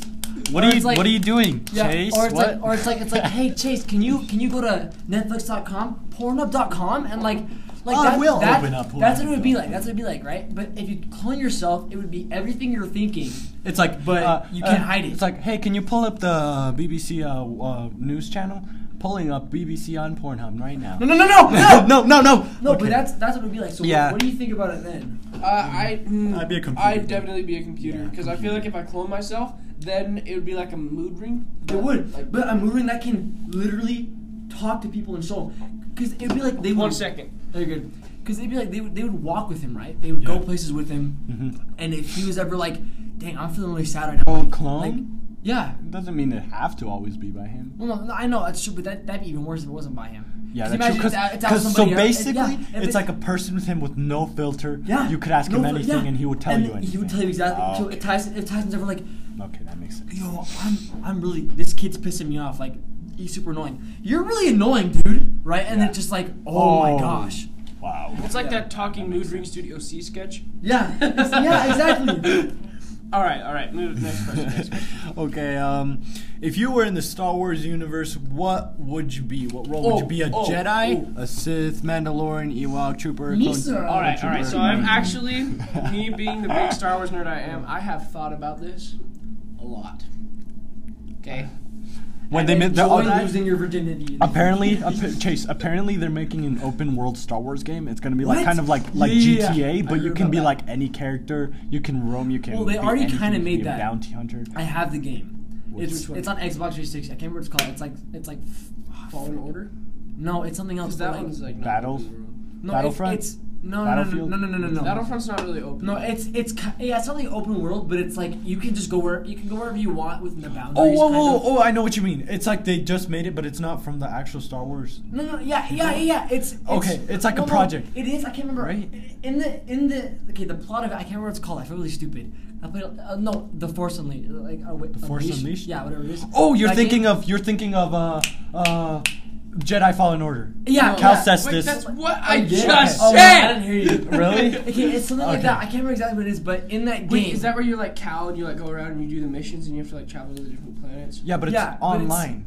S2: what
S1: Or
S2: are you
S1: it's like-
S2: what are you doing,
S1: Yeah,
S2: Chase?
S1: Or it's
S2: what?
S1: like, or it's like, it's like, hey Chase, can you can you go to Netflix.com, Pornhub.com, and like, like
S2: Oh, I
S1: that,
S2: will
S1: that-
S2: open up
S1: that's what it would be
S2: Pornhub.
S1: like. That's what it'd be like, right? But if you clone yourself, it would be everything you're thinking.
S2: It's like,
S1: But
S2: uh,
S1: you can't
S2: uh,
S1: hide it.
S2: It's like, hey, can you pull up the BBC uh, w- uh, news channel? Pulling up BBC on Pornhub right now.
S1: No, no, no, no, no,
S2: no, no, no.
S1: no.
S2: Okay.
S1: But that's that's what it'd be like. So
S2: Yeah.
S1: what do you think about it then?
S4: Uh, I, mm,
S2: I'd be a computer.
S4: I'd definitely be a computer
S2: Yeah,
S4: because I feel like if I clone myself, then it would be like a mood ring.
S1: It would,
S4: Like,
S1: but I'm moving that can literally talk to people and show them. Cause it'd be like they
S4: one
S1: would,
S4: second.
S1: They're good. Because they'd be like, they would, they would walk with him, right? They would go
S2: Yeah.
S1: places with him.
S2: Mhm.
S1: And if he was ever like, dang, I'm feeling really sad right now.
S2: Oh,
S1: like-
S2: clone?
S1: like, yeah.
S2: doesn't mean it have to always be by him.
S1: Well, no, no, I know, that's true, but that, that'd be even worse if it wasn't by him.
S2: Yeah,
S1: 'Cause
S2: that's
S1: imagine
S2: true.
S1: it's out- it's out with
S2: so
S1: somebody else,
S2: basically,
S1: and- yeah, if
S2: it's like a person with him with no filter.
S1: yeah,
S2: You could ask
S1: no,
S2: him
S1: for-
S2: anything,
S1: yeah.
S2: and he would tell you anything.
S1: He would tell you exactly.
S2: Oh,
S1: So
S2: okay.
S1: if, Tyson, if Tyson's ever like,
S2: okay, that makes sense.
S1: yo, I'm, I'm really, this kid's pissing me off. Like, he's super annoying. You're really annoying, dude. Right? And
S2: Yeah.
S1: then just like, oh
S2: Oh.
S1: my gosh.
S2: Wow.
S4: It's like
S1: Yeah.
S4: that talking mood ring Studio C sketch.
S1: Yeah, it's- yeah, exactly.
S4: All right, all right. Move next question. Next question.
S2: okay, um, if you were in the Star Wars universe, what would you be? What role would
S4: Oh,
S2: you be? A
S4: oh,
S2: Jedi, a Sith, Mandalorian, Ewok, Trooper,
S1: Me,
S2: clone-
S1: sir.
S4: All right, all right. So
S2: Trooper.
S4: I'm actually me being the big Star Wars nerd I am. I have thought about this a lot. Okay.
S2: When they made
S1: Join
S2: the other,
S1: losing your virginity.
S2: apparently appa- Chase, apparently they're making an open world Star Wars game. It's gonna be like
S1: What?
S2: kind of like like
S1: Yeah. I
S2: GTA, but
S1: heard
S2: you can
S1: about
S2: be
S1: that.
S2: like any character. You can roam. You can.
S1: Well, they
S2: be
S1: already
S2: anything,
S1: kinda
S2: you can
S1: made
S2: be a
S1: that.
S2: bounty hunter.
S1: I have the game.
S2: Which-
S1: it's
S2: Which one?
S1: it's on Xbox 360. I can't remember what it's called. It's like it's like
S4: Fallen Order?
S1: no, it's something else.
S4: Because
S1: but, Uh,
S4: that
S1: like,
S4: one's like not
S2: Battles?
S4: open world.
S1: no,
S2: Battlefront?
S1: It's, it's no, no, no,
S2: Battlefield?
S1: no, no, no, no, no.
S4: Battlefront's not really open.
S1: No,
S4: world.
S1: it's it's ki- yeah, it's not like open world, but it's like you can just go where you can go wherever you want within the
S2: Oh,
S1: boundaries.
S2: oh,
S1: kind
S2: oh,
S1: of.
S2: oh! I know what you mean. It's like they just made it, but it's not from the actual Star Wars.
S1: No, no, yeah, yeah, yeah, yeah. It's, it's
S2: Okay, it's like a
S1: no, no,
S2: project.
S1: it is. I can't remember.
S2: Right?
S1: In the in the okay, the plot of it, I can't remember what it's called. I feel really stupid. I played uh, no, the Force Unleashed. Like uh, wait, the
S2: Force Unleashed?
S1: Yeah, whatever it is.
S2: Oh, you're
S1: That
S2: thinking
S1: game-
S2: of you're thinking of uh uh Jedi Fallen Order.
S1: yeah,
S2: Cal
S1: yeah.
S2: Sestis.
S4: Wait, that's what I
S1: Yeah.
S4: just
S1: Oh, I
S4: said!
S1: didn't hear you.
S2: Really?
S1: Okay, it's something like
S2: Okay.
S1: that. I can't remember exactly what it is, but in that game,
S4: Wait, is that where you're like Cal and you like go around and you do the missions and you have to like travel to the different planets?
S2: Yeah, but it's
S1: Yeah, but it's-
S2: online.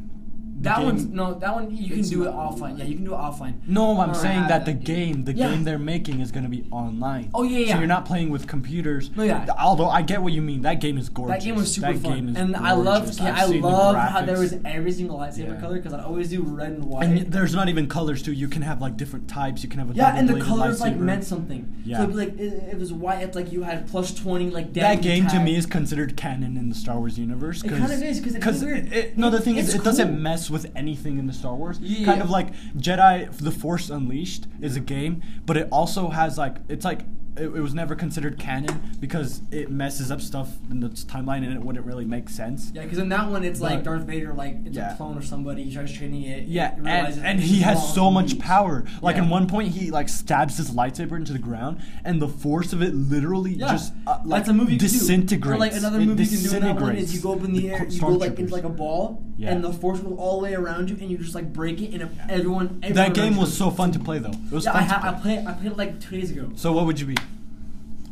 S1: that
S2: game-
S1: one's no, that one you can
S4: It's
S1: do it
S4: not
S1: offline. Yeah, you can do it offline.
S2: No, I'm
S4: Or
S2: saying
S4: have
S2: that the
S4: that
S2: game, the
S1: Yeah.
S2: game they're making is gonna be online.
S1: Oh, yeah,
S2: So
S1: yeah.
S2: you're not playing with computers.
S1: No, yeah.
S2: Although I get what you mean. That game is gorgeous.
S1: That game was super
S2: That
S1: fun,
S2: game is
S1: and I
S2: gorgeous.
S1: loved. Yeah,
S2: I've
S1: I
S2: seen the
S1: loved how
S2: graphics.
S1: there was every single lightsaber
S2: Yeah.
S1: color because I'd always do red and white.
S2: And there's not even colors too. You can have like different types. You can have a
S1: yeah, and the
S2: double-bladed
S1: colors like
S2: lightsaber.
S1: meant something.
S2: Yeah.
S1: So it'd be like it, it was white. It's like you had plus twenty like
S2: That
S1: damage
S2: game to
S1: attack.
S2: me is considered canon in the Star Wars universe.
S1: It kind of is, 'cause it's weird.
S2: it, it- no, the thing is,
S1: It's
S2: it doesn't
S1: cool.
S2: mess with anything in the Star Wars.
S1: Yeah,
S2: kind
S1: yeah.
S2: of like Jedi: The Force Unleashed is a game, but it also has like it's like it, it was never considered canon because it messes up stuff in the timeline and it wouldn't really make sense.
S1: Yeah, because in that one it's like
S2: But-
S1: Darth Vader, like it's
S2: Yeah.
S1: a clone or somebody. He tries training it. it
S2: Yeah,
S1: realizes
S2: and,
S1: that
S2: and
S1: it's
S2: he has
S1: wrong
S2: so
S1: to
S2: much
S1: use.
S2: power. Like
S1: Yeah.
S2: in one point, he like stabs his lightsaber into the ground, and the force of it literally
S1: Yeah.
S2: just uh, like
S1: That's a movie you can do.
S2: disintegrates.
S1: Or like another
S2: It
S1: movie you can do in that one
S2: disintegrates
S1: is you go up in the,
S2: co-
S1: air, you go like
S2: stormtroopers.
S1: into like a ball,
S2: Yeah.
S1: and the force goes all the way around you, and you just like break it, and if everyone, everyone.
S2: That
S1: around
S2: game
S1: you
S2: was
S1: goes-
S2: so fun to play though. It was
S1: Yeah, I,
S2: fun
S1: ha-
S2: to
S1: I
S2: play.
S1: played. I played it like two days ago.
S2: So what would you be?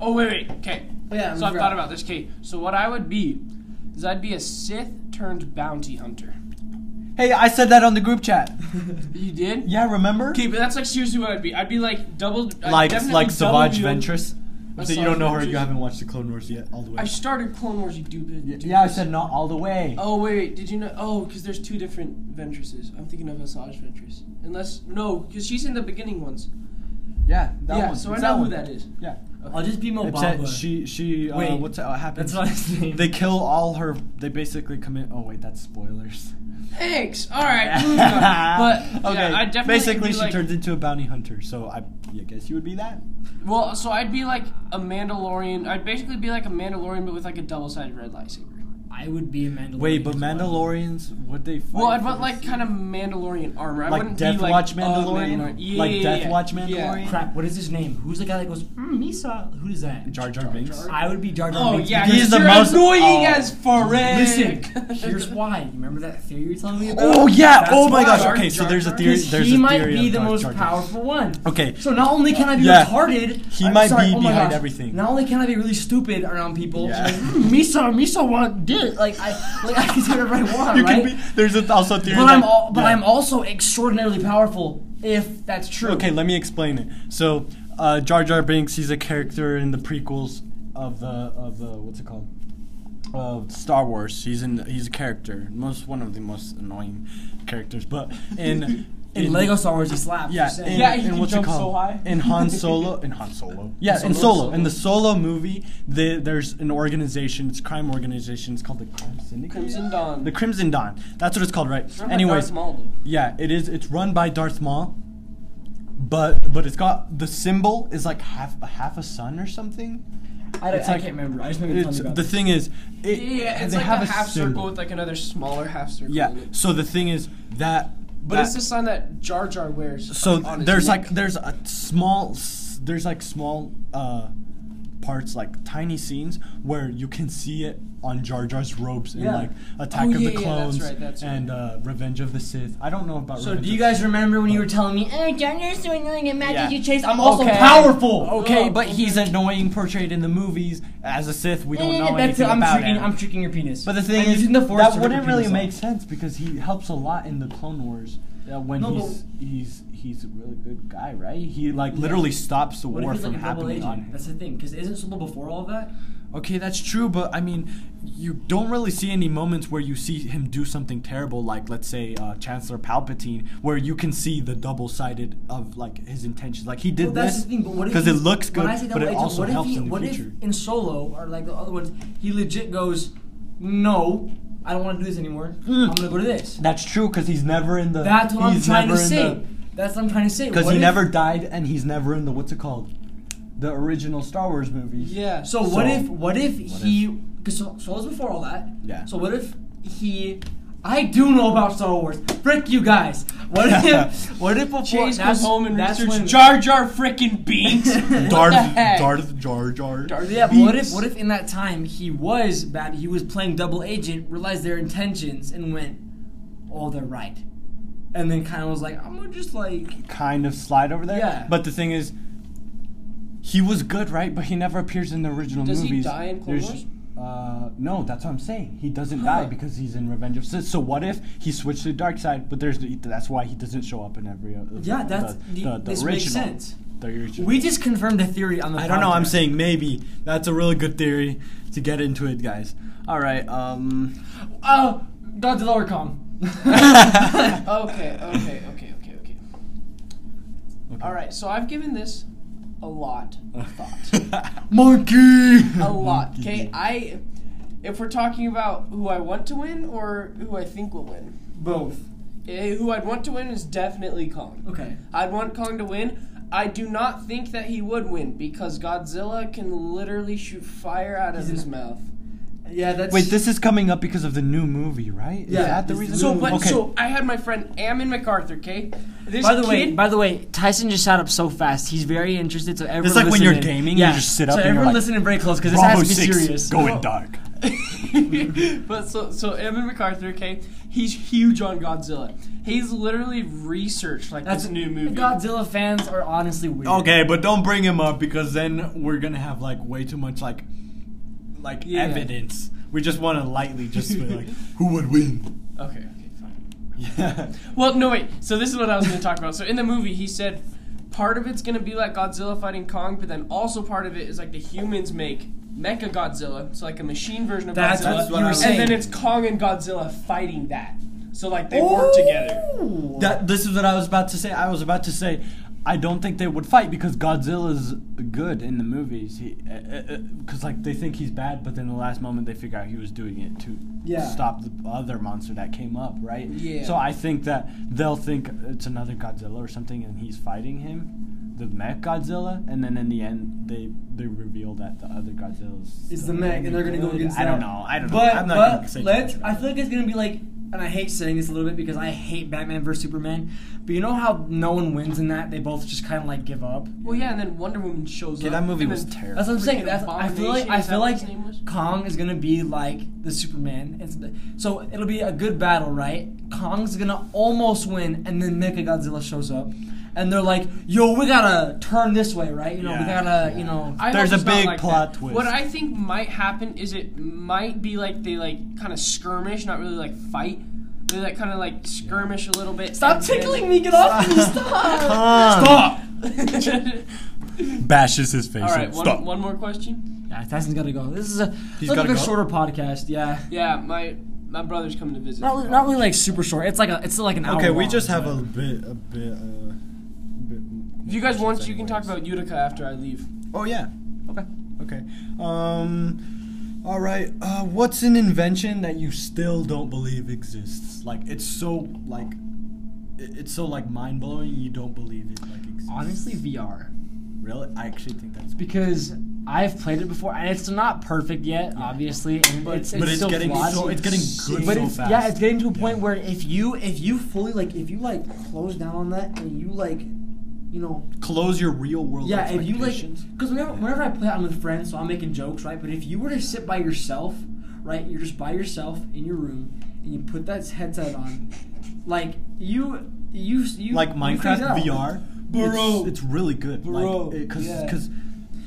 S4: Oh wait, wait, okay.
S1: Yeah,
S4: so I've
S1: right.
S4: thought about this. Okay, so what I would be is I'd be a Sith turned bounty hunter.
S2: Hey, I said that on the group chat.
S4: You did?
S2: Yeah, remember?
S4: Okay, but that's like seriously what I'd be. I'd be like double. I'd
S2: like
S4: definitely
S2: like
S4: double
S2: Savage
S4: wield-
S2: Ventress. So you
S4: Savage
S2: don't know her. You
S4: Ventress.
S2: haven't watched the Clone Wars yet, all the way.
S4: I started Clone Wars, you stupid.
S2: Y-
S4: dude.
S2: yeah, I said not all the way.
S4: Oh wait, wait, did you know? Oh, because there's two different Ventresses. I'm thinking of Asajj Ventress. Unless no, because she's in the beginning ones.
S2: Yeah, that
S4: yeah,
S2: one.
S4: so
S2: It's
S4: I know who
S2: one.
S4: that is.
S2: Yeah.
S1: I'll just be Mo
S2: Except
S1: Bamba.
S2: she she uh,
S1: Wait.
S2: what's uh, happens?
S1: That's not his name.
S2: They kill all her. They basically commit. Oh wait, that's spoilers.
S4: Thanks. All right. moving on. But
S2: okay,
S4: yeah, I definitely
S2: basically
S4: be
S2: she
S4: like-
S2: turns into a bounty hunter. So I, I guess you would be that.
S4: Well, so I'd be like a Mandalorian. I'd basically be like a Mandalorian, but with like a double-sided red lightsaber.
S1: I would be a Mandalorian.
S2: Wait, but
S1: as well.
S2: Mandalorians would they? Fight
S4: Well, I'd
S2: for
S4: want
S2: the
S4: like kind of Mandalorian armor. I
S2: like
S4: wouldn't
S2: Death
S4: be like
S2: Watch
S4: a
S2: Mandalorian,
S4: Mandalorian. Yeah,
S2: like
S4: yeah,
S2: Death
S4: yeah.
S2: Watch
S4: Yeah.
S2: Mandalorian.
S1: Crap, what is his name? Who's the guy that goes, mm, Misa? Who is that?
S2: Jar Jar Binks.
S1: I would be Jar Jar
S4: Oh
S1: Binks
S4: yeah,
S1: because-
S2: He's
S4: he's
S2: the
S4: the
S2: most-
S4: annoying
S2: oh.
S4: as Farek.
S1: Listen, here's why. You remember that theory you were telling me about?
S2: Oh yeah!
S1: That's
S2: oh my
S1: why.
S2: gosh!
S4: Jar
S2: okay, so
S4: Jar
S2: there's a
S4: Jar?
S2: theory.
S1: Because
S2: There's
S1: he
S2: a
S1: might
S2: theory
S1: be
S2: of
S1: the
S2: Jar
S1: most
S2: Jar Binks.
S1: powerful one.
S2: Okay.
S1: So not only can I be
S2: Yeah.
S1: retarded,
S2: He
S1: I'm
S2: might
S1: sorry,
S2: be
S1: oh my
S2: behind
S1: gosh.
S2: everything.
S1: Not only can I be really stupid around people,
S2: Yeah.
S1: like, mm, Misa, Misa want dick. Like I, like I can do whatever I want,
S2: You
S1: right?
S2: can be. There's a, also a theory.
S1: but
S2: that-
S1: I'm, all, but
S2: yeah.
S1: I'm also extraordinarily powerful if that's true.
S2: Okay, let me explain it. So, uh, Jar Jar Binks, he's a character in the prequels of the of the what's it called? Of Star Wars. He's in he's a character. Most one of the most annoying characters, but in
S1: In Lego Star Wars, he slaps.
S2: Yeah,
S1: just
S2: in,
S1: saying.
S4: Yeah, he
S2: in
S4: can
S2: what's it
S4: jump so
S2: called?
S4: high.
S2: In Han Solo, in Han Solo. Yeah, in
S1: Solo.
S2: Solo, in the Solo movie, the, there's an organization. It's a crime organization. It's called the Crime Syndicate.
S4: Crimson Dawn.
S2: The Crimson Dawn. That's what it's called, right?
S4: Not by
S2: Anyways,
S4: Darth Maul, though.
S2: yeah, it is. It's run by Darth Maul, but but it's got the symbol is like half a half a sun or something.
S1: I, don't-
S2: it's
S1: I
S2: like-
S1: can't remember. I just remember you
S2: It's,
S1: telling me about
S2: the
S1: it.
S2: thing is, it,
S4: Yeah, it's
S2: they
S4: like
S2: have
S4: a half
S2: symbol.
S4: circle with like another smaller half circle.
S2: yeah.
S4: in it.
S2: So the thing is that.
S4: But
S2: that,
S4: it's the sign that Jar Jar wears.
S2: so
S4: on his
S2: there's
S4: neck.
S2: like there's a small s- there's like small uh parts like tiny scenes where you can see it on Jar Jar's robes in
S1: Yeah.
S2: like Attack
S4: Oh,
S2: of
S4: yeah,
S2: the
S4: yeah, that's
S2: Clones
S4: right, that's right.
S2: and uh, Revenge of the Sith. I don't know about
S1: So
S2: Revenge
S1: do you
S2: of-
S1: guys remember when you were telling me, "Oh, Jar Jar's so annoying and mad
S2: Yeah.
S1: that you chase"? I'm also
S2: Okay.
S1: powerful.
S2: Oh, Okay, but he's annoying portrayed in the movies as a Sith. We
S1: Yeah,
S2: don't
S1: yeah,
S2: know
S1: yeah, Eh, that's
S2: anything
S1: it. I'm
S2: about
S1: tricking.
S2: him.
S1: I'm tricking your penis.
S2: but the thing
S1: I'm
S2: is,
S1: using the force to
S2: that
S1: rip
S2: wouldn't
S1: your
S2: really
S1: penis
S2: make
S1: off.
S2: sense because he helps a lot in the Clone Wars. uh, when
S1: No,
S2: he's he's he's a really good guy, right? He like literally stops the
S1: What if
S2: war
S1: he's
S2: from
S1: like a double
S2: happening
S1: agent?
S2: on him.
S1: That's the thing, because isn't Solo before all that?
S2: Okay, that's true, but I mean, you don't really see any moments where you see him do something terrible, like let's say uh, Chancellor Palpatine, where you can see the double-sided of like his intentions. Like he did
S1: Well, that's
S2: this
S1: the thing, but what if
S2: because it
S1: he's-
S2: looks good,
S1: when I say
S2: but
S1: double
S2: it
S1: agent,
S2: also
S1: what if
S2: helps
S1: he-
S2: in the
S1: what
S2: future.
S1: If in Solo or like the other ones, he legit goes, "No, I don't want to do this anymore. I'm gonna go to this."
S2: that's true because he's never in the.
S1: That's what I'm
S2: he's
S1: trying to
S2: never in
S1: say.
S2: the-
S1: That's what I'm trying to say.
S2: Because
S1: What
S2: he
S1: if-
S2: never died and he's never in the what's it called? The original Star Wars movies.
S4: Yeah.
S1: So what
S2: So,
S1: if? What if
S2: what
S1: he? Because so, Solo's before all that.
S2: Yeah.
S1: So what if he? I do know about Star Wars. Frick you guys. What if? what if before?
S4: Chase
S1: that's-
S4: goes home and
S1: that's
S4: researches
S1: when-
S4: Jar Jar frickin' Binks.
S2: Darth,
S4: the heck?
S2: Darth Jar Jar.
S4: Darth-
S1: Yeah, but what
S2: Binks.
S1: if what if in that time he was bad? He was playing double agent, realized their intentions, and went, "Oh, they're right," and then kind of was like, "I'm gonna just like."
S2: kind of slide over there.
S1: Yeah.
S2: But the thing is, he was good, right? But he never appears in the original
S4: Does he
S2: movies.
S4: die in Clone
S2: There's-
S4: Wars?
S2: Uh, no, that's what I'm saying. He doesn't die because he's in Revenge of Sith. So what if he switched to the dark side? But there's the, that's why he doesn't show up in every. Uh,
S1: Yeah, that's-
S2: the, the, the
S1: this
S2: original.
S1: makes sense.
S2: The original.
S1: We just confirmed the theory on the.
S2: I don't know. I'm
S1: podcast.
S2: saying maybe that's a really good theory to get into it, guys. All right. Um.
S1: Oh, Dr. Lorcom.
S4: okay, okay, okay, okay, okay. All right, so I've given this a lot of thought.
S2: Monkey.
S4: a lot. Okay, I. If we're talking about who I want to win or who I think will win,
S1: Both.
S4: eh, who I'd want to win is definitely Kong.
S1: Okay.
S4: I'd want Kong to win. I do not think that he would win because Godzilla can literally shoot fire out of
S1: He's
S4: his
S1: an-
S4: mouth.
S1: Yeah, that's.
S2: Wait, this is coming up because of the new movie, right?
S1: Yeah,
S2: Is that the
S1: it's
S2: reason?
S1: the
S4: So,
S1: new
S4: but
S2: okay.
S4: so I had my friend Ammon MacArthur. Okay, this
S1: By the way,
S4: kid-
S1: by the way, Tyson just sat up so fast. He's very interested. So everyone.
S2: It's like when you're
S1: listen in.
S2: gaming,
S1: Yeah.
S2: you just sit up
S1: So
S2: and you're
S1: everyone
S2: like,
S1: listen in very close because this
S2: Bravo
S1: has to be
S2: six,
S1: serious.
S2: going dark.
S4: but so so Evan MacArthur, okay, he's huge on Godzilla. He's literally researched like
S1: That's
S4: this new movie.
S1: Godzilla fans are honestly weird.
S2: Okay, but don't bring him up because then we're gonna have like way too much like, like
S4: Yeah.
S2: evidence. We just want to lightly just be like, who would win?
S4: Okay, okay, fine.
S2: Yeah.
S4: Well, no wait. So this is what I was going to talk about. So in the movie, he said part of it's going to be like Godzilla fighting Kong, but then also part of it is like the humans make Mecha Godzilla, so like a machine version of
S1: That's what
S4: Godzilla,
S1: you were
S4: and
S1: saying.
S4: then it's Kong and Godzilla fighting that. So like they
S1: Oh!
S4: work together.
S2: That this is what I was about to say. I was about to say, I don't think they would fight because Godzilla's good in the movies. He, uh, because like they think he's bad, but then the last moment they figure out he was doing it to
S1: Yeah.
S2: stop the other monster that came up, right?
S4: Yeah.
S2: So I think that they'll think it's another Godzilla or something, and he's fighting him, the Mech Godzilla, and then in the end they they reveal that the other Godzilla's
S1: It's the
S2: still
S1: mech, and they're gonna go
S2: good.
S1: against.
S2: I don't
S1: that.
S2: know. I don't know.
S1: But
S2: I'm not
S1: but
S2: gonna say too
S1: let's.
S2: much about
S1: I feel like it's gonna be like, and I hate saying this a little bit because I hate Batman versus Superman. But you know how no one wins in that; they both just kind of like give up.
S4: Well, yeah, and then Wonder Woman shows
S2: Okay,
S4: up.
S2: that movie
S4: and
S2: was
S4: then-
S2: terrible.
S1: That's what I'm saying.
S4: Freaking
S1: That's, I feel like
S4: Abomination,
S1: I
S4: is
S1: feel
S4: that what
S1: like
S4: his name was?
S1: Kong is gonna be like the Superman. It's, so it'll be a good battle, right? Kong's gonna almost win, and then Mechagodzilla shows up, and they're like, "Yo, we gotta turn this way, right? You know, we
S2: Yeah,
S1: gotta,
S2: yeah.
S1: you know."
S4: I
S2: There's
S4: hope
S2: a
S4: it's not
S2: big
S4: like
S2: plot
S4: that.
S2: twist.
S4: What I think might happen is it might be like they like kind of skirmish, not really like fight. They like kind of like skirmish a little bit.
S1: Stop
S4: and then-
S1: tickling me! Get off me! Stop!
S2: Stop! Bashes his face.
S4: All right, one, one more question.
S1: Yeah, Tyson's gotta go. This is a
S2: He's
S1: like
S2: gotta
S1: a
S2: go?
S1: shorter podcast. Yeah,
S4: Yeah, my my brother's coming to visit.
S1: not, not really like super short. It's like a it's like an hour.
S2: Okay, we
S1: long,
S2: just have
S1: so-
S2: a bit, a bit, uh, bit.
S4: If you guys want, you can talk about Utica after I leave.
S2: Oh yeah. Okay. Okay. Um. All right. Uh, what's an invention that you still don't believe exists? Like it's so like, it- it's so like mind blowing. You don't believe it like exists.
S1: honestly VR.
S2: Really? I actually think that's.
S1: because I've played it before and it's not perfect yet, obviously, and it's, it's
S2: but it's
S1: still
S2: getting
S1: flawed.
S2: so it's getting good
S1: but
S2: so
S1: it's,
S2: fast.
S1: yeah, it's getting to a point where if you if you fully like if you like close down on that and you like, you know,
S2: close your real world.
S1: yeah, if you like,
S2: expectations.
S1: because whenever whenever I play, I'm with friends, so I'm making jokes, right? But if you were to sit by yourself, right, you're just by yourself in your room and you put that headset on, like you you you
S2: like
S1: you
S2: Minecraft
S1: figure it out.
S2: VR.
S1: Bro.
S2: it's, it's really good.
S1: Bro,
S2: like, because
S1: yeah.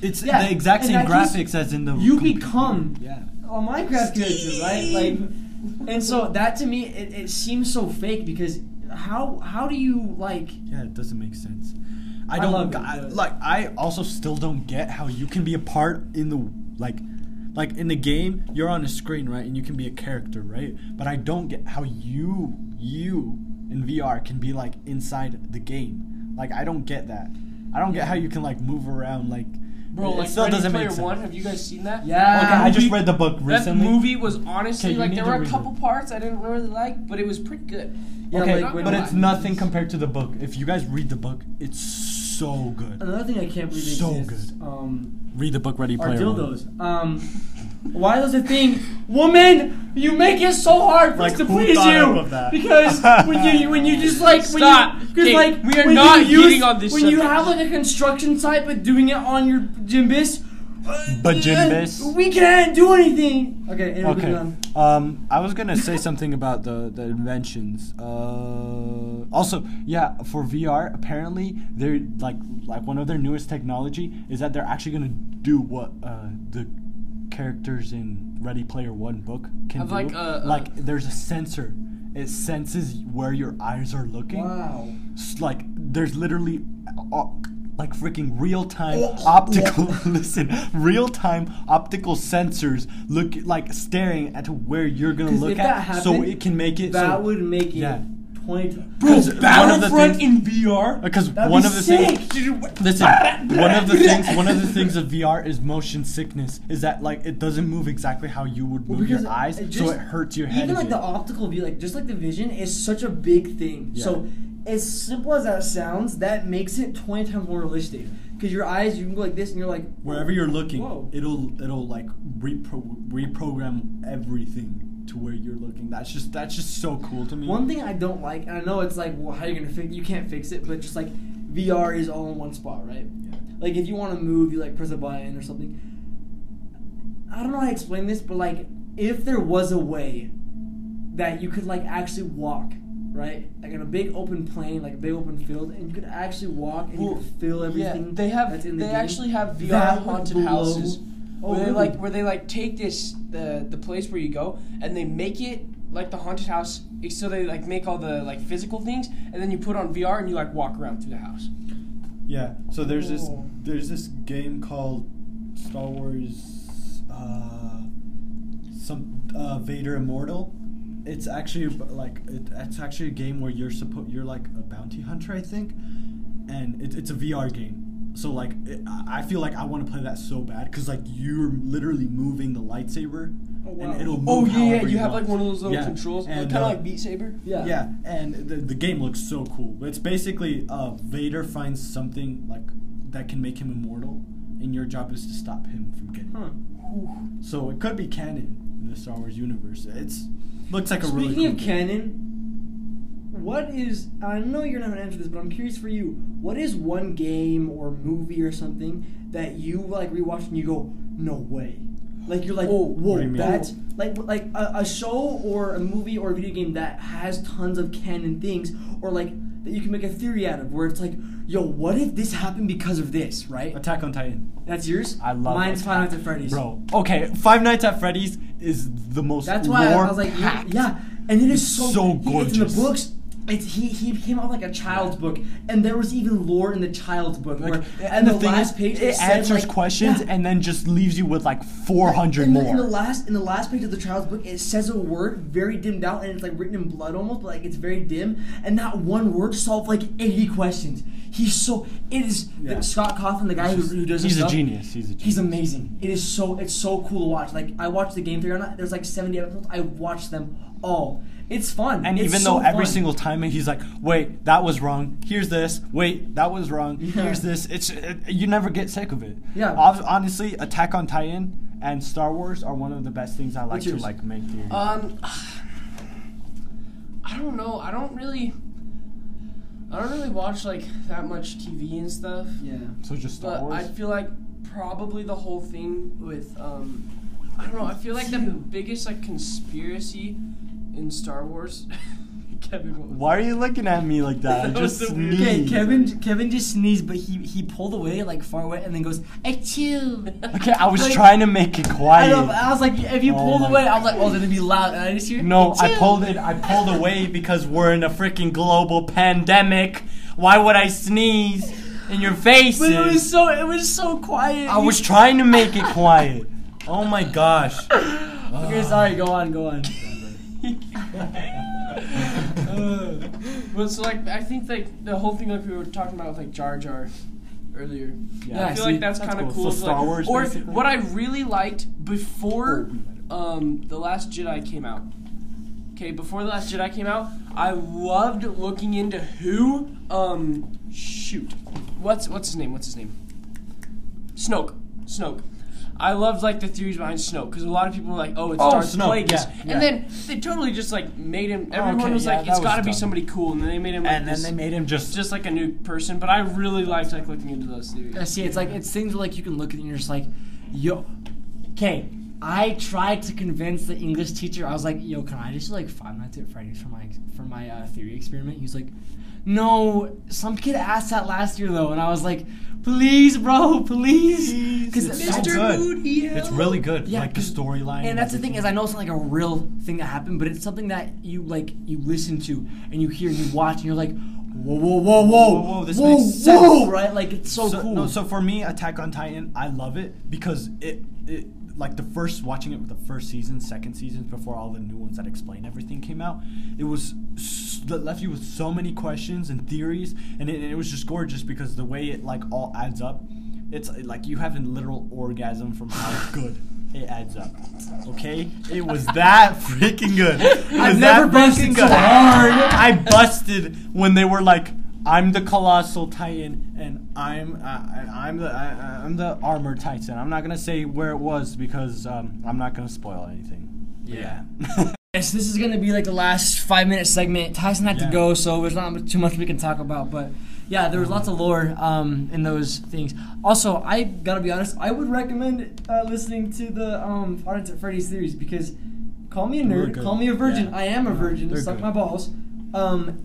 S2: it's
S1: Yeah,
S2: the exact
S1: and
S2: same
S1: that
S2: graphics
S1: just-
S2: as in the.
S1: you
S2: computer.
S1: become
S2: Yeah.
S1: a Minecraft character, right? Like, and so that to me, it, it seems so fake because how how do you like?
S2: Yeah, it doesn't make sense. I
S1: I
S2: don't
S1: love it,
S2: I-
S1: but-
S2: like. I also still don't get how you can be a part in the like, like in the game. You're on a screen, right, and you can be a character, right? But I don't get how you you in VR can be like inside the game. Like I don't get that. I don't get how you can like move around. Like,
S4: Bro,
S2: it
S4: like
S2: still
S4: Ready
S2: doesn't
S4: Player
S2: make sense.
S4: One. Have you guys seen that?
S1: Yeah.
S2: Okay, I just
S4: movie-
S2: read the book
S4: That
S2: recently.
S4: movie was honestly
S2: Okay, you
S4: like
S2: need
S4: there
S2: to
S4: were a
S2: read
S4: couple
S2: it.
S4: parts I didn't really like, but it was pretty good.
S1: Yeah,
S2: okay,
S1: like, when
S2: but
S1: you-
S2: it's nothing compared to the book. If you guys read the book, it's so good.
S1: Another thing I can't believe
S2: So
S1: exists, Um,
S2: Read the book, Ready
S1: are
S2: Player One.
S1: dildos. Um, why is a thing, woman? You make it so hard for us
S2: Like,
S1: to
S2: who
S1: please
S2: thought
S1: you
S2: of that?
S1: because when you when you just like when
S4: Stop.
S1: you, 'cause,
S4: Okay,
S1: like
S4: we are
S1: when
S4: not
S1: you use,
S4: getting on this
S1: when you
S4: subject.
S1: have like a construction site but doing it on your gimbus.
S2: But Jimbus.
S1: we can't do anything. Okay, anyway,
S2: Okay.
S1: moving on.
S2: Um, I was gonna say something about the the inventions. Uh, also, yeah, for VR, apparently they're like like one of their newest technology is that they're actually gonna do what uh, the characters in Ready Player One book can
S4: Have,
S2: do.
S4: like, a- a-
S2: like there's a sensor. It senses where your eyes are looking.
S1: Wow.
S2: S- Like there's literally. Uh, like freaking real time
S1: Oh,
S2: optical listen real time optical sensors look like staring at where you're gonna
S1: 'Cause
S2: look
S1: if
S2: at
S1: that
S2: so
S1: happened,
S2: it can make it
S1: That
S2: so,
S1: would make it
S2: yeah.
S1: twenty.
S2: Because one of the
S5: Battlefront
S2: things-
S5: in VR.
S2: because
S1: That'd
S2: one
S1: be
S2: of the
S1: sick.
S2: things listen one of the things one of the things of VR is motion sickness is that like it doesn't move exactly how you would
S1: Well,
S2: move your
S1: because
S2: eyes
S1: it
S2: so
S1: just-
S2: it hurts your head
S1: Even
S2: a
S1: like
S2: bit.
S1: the optical view, like just like the vision, is such a big thing.
S2: Yeah.
S1: So as simple as that sounds, that makes it twenty times more realistic. Because your eyes, you can go like this, and you're like
S2: wherever you're looking
S1: Whoa.
S2: it'll it'll like repro- reprogram everything to where you're looking that's just that's just so cool to me
S1: One thing I don't like, and I know it's like, well, how you gonna fix? You can't fix it, but just like VR is all in one spot, right? Like if you want to move, you like press a button or something. I don't know how to explain this, but like if there was a way that you could like actually walk, right? Like in a big open plane, like a big open field, and you could actually walk and
S4: Well,
S1: you could feel everything.
S4: Yeah, they have.
S1: That's
S4: They
S1: in the game.
S4: actually have VR
S1: That would
S4: haunted
S1: blow-
S4: houses
S1: Oh,
S4: where they
S1: really?
S4: like where they like take this the the place where you go and they make it like the haunted house. So they like make all the like physical things and then you put on VR and you like walk around through the house.
S2: Yeah. So there's this
S1: Oh.
S2: there's this game called Star Wars uh some uh Vader Immortal. It's actually ab- like it, it's actually a game where you're supposed you're like a bounty hunter, I think. And it, it's a VR game. So like it, I I feel like I want to play that so bad cuz like you're literally moving the lightsaber
S1: wow.
S2: and it'll move
S4: Oh yeah, yeah.
S2: however
S4: You, have
S2: want.
S4: like one of those little
S2: Yeah,
S4: controls, like,
S2: and,
S4: kind of
S2: uh,
S4: like Beat Saber.
S1: yeah.
S2: yeah, and the, the game looks so cool. But It's basically uh, Vader finds something like that can make him immortal, and your job is to stop him from getting.
S1: Huh.
S2: it. So it could be canon in the Star Wars universe. It's looks like a
S1: Speaking
S2: really cool
S1: of
S2: game.
S1: canon, what is I know you're not gonna answer this, but I'm curious for you. What is one game or movie or something that you like rewatch and you go, no way? Like you're like,
S4: Oh,
S1: whoa,
S2: what do you mean?
S1: that's like like a, a show or a movie or a video game that has tons of canon things or like that you can make a theory out of where it's like, yo, what if this happened because of this, right?
S2: Attack on Titan.
S1: That's yours.
S2: I love
S1: mine's
S2: Attack-
S1: Five Nights at Freddy's,
S2: Bro, okay, Five Nights at Freddy's is the most.
S1: That's why I was like, you-
S2: lore-packed.
S1: yeah, and it is
S2: It's
S1: so,
S2: so
S1: he- It's in
S2: gorgeous.
S1: the books. It's he he came out like a child's book, and there was even lore in the child's book.
S2: Like,
S1: where,
S2: and the, thing
S1: last
S2: is,
S1: page
S2: it
S1: said,
S2: answers
S1: like-
S2: questions
S1: yeah.
S2: and then just leaves you with like 400
S1: in the,
S2: more.
S1: In the last in the last page of the child's book, it says a word very dimmed out, and it's like written in blood almost, but like it's very dim. And that one word solved like eighty questions. He's so it is
S2: Yeah.
S1: Scott Coughlin, the guy who, who does this
S2: He's a
S1: stuff,
S2: genius. He's a genius.
S1: He's amazing. It is so it's so cool to watch. Like I watched the game theory on that. There's like 70 episodes. I watched them all. It's fun.
S2: And
S1: It's
S2: even
S1: so
S2: though every
S1: fun.
S2: single time he's like, "Wait, that was wrong. Here's this. Wait, that was wrong.
S1: Yeah.
S2: Here's this." It's it, you never get sick of it.
S1: Yeah.
S2: Ob- honestly, Attack on Titan and Star Wars are one of the best things I like
S1: What's
S2: to
S1: yours?
S2: like make theory.
S4: Um, I don't know. I don't really. I don't really watch like that much TV and stuff.
S1: yeah.
S2: so just Star
S4: But
S2: Wars.
S4: I feel like probably the whole thing with um, I don't know. I feel like the biggest like conspiracy in Star Wars Kevin, what was
S2: Why are you looking at me like that? I
S4: That was
S2: just
S4: the weird-
S2: sneezed.
S1: Okay, Kevin. Kevin just sneezed, but he he pulled away like far away, and then goes, "Achoo!"
S2: Okay, I was
S1: Like-
S2: trying to make it
S1: I,
S2: quiet.
S1: know, but I was like, if you
S2: Oh
S1: pulled
S2: my
S1: away, I was like, oh, it's gonna be loud, and I just hear.
S2: No, I
S1: "Achoo."
S2: pulled it. I pulled away because we're in a freaking global pandemic. Why would I sneeze in your faces?
S1: But it was so it was so quiet.
S2: I was trying to make it quiet. Oh my gosh.
S1: Okay, sorry. Go on, go on. Uh.
S4: But so like I think like the whole thing like we were talking about with like Jar Jar earlier.
S1: Yeah,
S4: I feel
S1: see,
S4: like that's,
S2: that's
S4: kind of
S2: cool.
S4: cool.
S2: So
S4: It's
S2: Star
S4: like-
S2: Wars,
S4: or
S2: basically. Oh,
S4: what I really liked before um, the Last Jedi came out. Okay, before the Last Jedi came out, I loved looking into who um shoot, what's what's his name? What's his name? Snoke. Snoke. I loved like the theories behind Snoke because a lot of people were like, "Oh, it's
S2: Oh,
S4: Darth
S2: Snoke,
S4: Plagueis,"
S2: yeah,
S4: and
S2: yeah. Oh,
S4: then they totally just like made him. Everyone
S2: okay,
S4: was
S2: yeah,
S4: like,
S2: that
S4: "It's
S2: was
S4: got to be
S2: dumb.
S4: somebody cool," and then they made him. Like,
S2: And then
S4: this-
S2: they made him just.
S4: just like a new person, but I really liked like looking into those
S1: I
S4: theories.
S1: see. It's like it's things where, like you can look at it and you're just like, yo, okay. I tried to convince the English teacher. I was like, yo, can I just do, like Five Nights at Freddy's for my for my uh, theory experiment? He was like, no. Some kid asked that last year though, and I was like, please, bro, please, because
S2: It's so good. It's really good.
S1: Yeah,
S2: like the
S1: 'cause-
S2: storyline.
S1: And that's the
S2: everything.
S1: thing is, I know it's not like a real thing that happened, but it's something that you like, you listen to and you hear and you watch, and you're like, whoa, whoa, whoa, whoa,
S2: Whoa, whoa, this makes sense.
S1: whoa, right? Like it's so, cool.
S2: No, so for me, Attack on Titan, I love it because it, it like the first watching it with the first season, second season before all the new ones that explain everything came out, it was s- that left you with so many questions and theories, and it, it was just gorgeous because the way it like all adds up, it's uh, like you have a literal orgasm from how good. It adds up, okay? It was that freaking good. It was
S1: I've
S2: that
S1: never busted
S2: freaking
S1: so
S2: good.
S1: hard.
S2: I busted when they were like, "I'm the colossal titan, and I'm uh, I'm the I, I'm the armor titan." I'm not gonna say where it was because um, I'm not gonna spoil anything. Yeah.
S1: Yes, this is gonna be like the last five minute segment. Tyson had
S2: Yeah.
S1: to go, so there's not too much we can talk about. But yeah, there was lots of lore um, in those things. Also, I gotta be honest, I would recommend uh, listening to the um, Audience at Freddy's theories because call me a
S2: They were
S1: nerd,
S2: good.
S1: call me a virgin.
S2: Yeah.
S1: I am a
S2: No,
S1: virgin.
S2: they're
S1: Suck
S2: good.
S1: my balls. Um,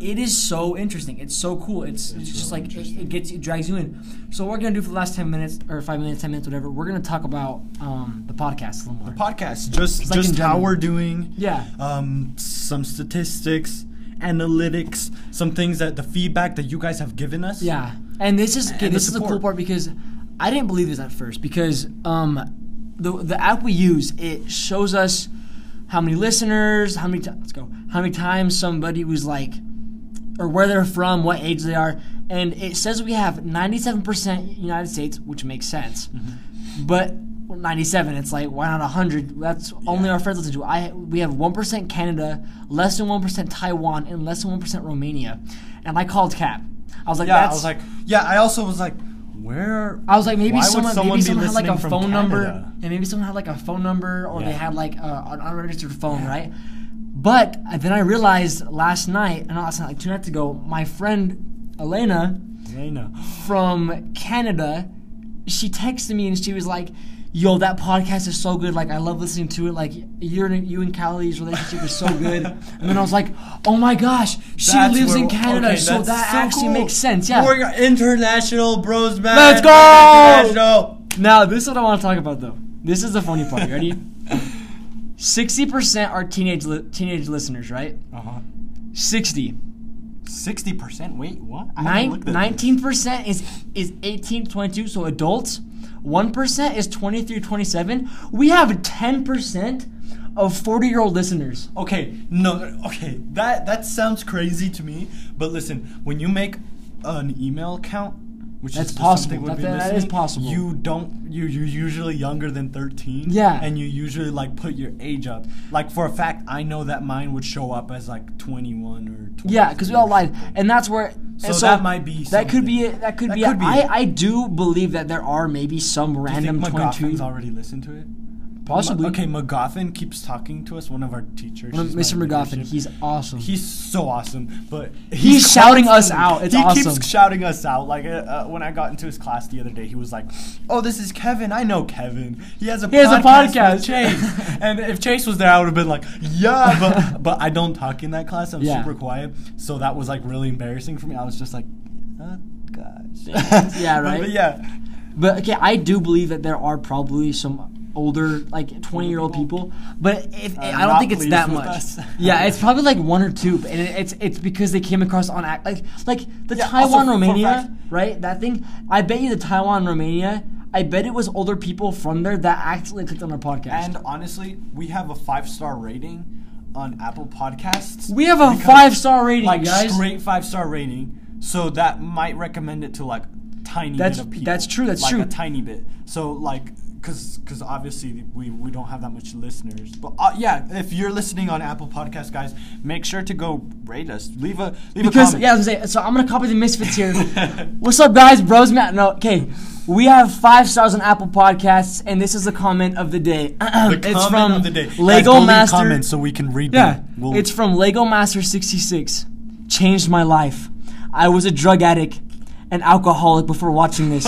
S1: it is so interesting. It's so cool. It's, it's,
S2: It's
S1: just
S2: really
S1: like it,
S2: interesting.
S1: it gets it drags you in. So what we're gonna do for the last ten minutes or five minutes, ten minutes, whatever. We're gonna talk about um, the podcast a little more.
S2: Podcast, just
S1: like in
S2: just how
S1: general.
S2: we're doing.
S1: yeah.
S2: Um, some statistics, analytics, some things that the feedback that you guys have given us.
S1: Yeah, and this is okay,
S2: the
S1: this is the cool
S2: support.
S1: part because I didn't believe this at first because um, the the app we use it shows us how many listeners, how many ti- let's go, how many times somebody was like, or where they're from, what age they are, and it says we have ninety seven percent United States, which makes sense,
S2: Mm-hmm.
S1: but. 97 it's like why not 100 that's only our friends listen to i we have 1% canada less than 1% taiwan and less than 1% romania and i called cap i was like
S2: yeah.
S1: that's
S2: I was like, yeah. I also was like, where?
S1: I was like, maybe
S2: why would
S1: someone,
S2: someone
S1: maybe
S2: be
S1: someone had like a
S2: listening from
S1: phone number,
S2: Canada?
S1: and maybe someone had like a phone number, or
S2: Yeah.
S1: they had like a, an unregistered phone, right? But uh, then I realized last night, and last night, like two nights ago, my friend Elena
S2: Elena.
S1: from Canada, she texted me and she was like, "Yo, that podcast is so good. Like, I love listening to it. Like, you and you and Callie's relationship is so good." and then I was like, "Oh my gosh, she
S2: That's
S1: lives
S2: where-
S1: in Canada,
S2: okay,
S1: so
S2: that's
S1: that
S2: so
S1: actually
S2: cool.
S1: makes sense." Yeah.
S2: We're international bros man.
S1: Let's go!
S2: International.
S1: Now, this is what I want to talk about, though. This is the funny part. You Ready? Sixty percent are teenage li- teenage listeners, right?
S2: Uh-huh.
S1: Sixty.
S2: Sixty percent. Wait, what? I haven't looked Oh, at this.
S1: Nineteen percent is is 18 to 22, so adults. One percent is 23 to 27. We have ten percent of 40 year old listeners.
S2: Okay, no. Okay, that that sounds crazy to me. But listen, when you make an email account, which
S1: That's
S2: is
S1: possible.
S2: something we've
S1: That-
S2: been
S1: that is
S2: listening,
S1: possible.
S2: You don't. You you're usually younger than thirteen.
S1: Yeah.
S2: And you usually like put your age up. Like for a fact, I know that mine would show up as like twenty one or. 20
S1: Yeah, because we all lied, and that's where.
S2: So
S1: and
S2: that might be
S1: That could be
S2: something.
S1: it. That could
S2: That
S1: be. it.
S2: could be it.
S1: I I do believe that there are maybe some
S2: I think
S1: random
S2: my
S1: 22.
S2: girlfriend's already listened to it.
S5: Possibly.
S2: Okay, McGoffin keeps talking to us. One of our teachers.
S5: One of-
S2: she's
S5: Mr.
S2: not in
S5: McGoffin,
S2: leadership.
S5: he's awesome.
S2: He's so awesome, but
S5: He's shouting us
S2: constantly-
S5: out. It's
S2: he
S5: awesome.
S2: keeps shouting us out. Like uh, uh, when I got into his class the other day, he was like, "Oh, this is Kevin. I know Kevin. He has a
S5: has a
S2: with Chase." and if Chase was there, I would have been like, "Yeah," but but I don't talk in that class. I'm
S5: Yeah.
S2: super quiet, so that was like really embarrassing for me. I was just like, "Oh gosh."
S5: Yeah,
S2: But-
S5: right?
S2: But yeah,
S5: But okay, I do believe that there are probably some older, like twenty-year-old people. But if,
S2: Are
S5: I don't
S2: Uh, not
S5: think it's
S2: pleased
S5: that
S2: with
S5: much.
S2: us.
S5: Yeah, it's probably like one or two, and it, it's it's because they came across on act like like the
S2: Yeah, also
S5: Taiwan
S2: for
S5: Romania,
S2: fact-
S5: right? That thing. I bet you the Taiwan Romania. I bet it was older people from there that actually clicked on our podcast.
S2: and honestly, we have a five star rating on Apple Podcasts.
S5: we have a
S2: because-
S5: five-star rating,
S2: like
S5: guys.
S2: straight five star rating. So that might recommend it to like tiny
S5: That's-
S2: bit of people.
S5: that's true, that's
S2: like
S5: true.
S2: A tiny bit. So like, cause cause obviously we we don't have that much listeners. But uh, yeah, if you're listening on Apple Podcasts, guys, make sure to go rate us. Leave a leave a
S5: Because
S2: comment.
S5: yeah, I was gonna say, so I'm gonna copy the misfits here. What's up, guys? Bros, Matt. No, okay. We have five stars on Apple Podcasts, and this is the comment of the day.
S2: the
S5: it's
S2: comment
S5: from
S2: of the day. guys,
S5: Lego
S2: go leave
S5: Master.
S2: comments so we can read
S5: Yeah,
S2: them. We'll-
S5: it's from Lego Master 66. Changed my life. I was a drug addict, an alcoholic before watching this.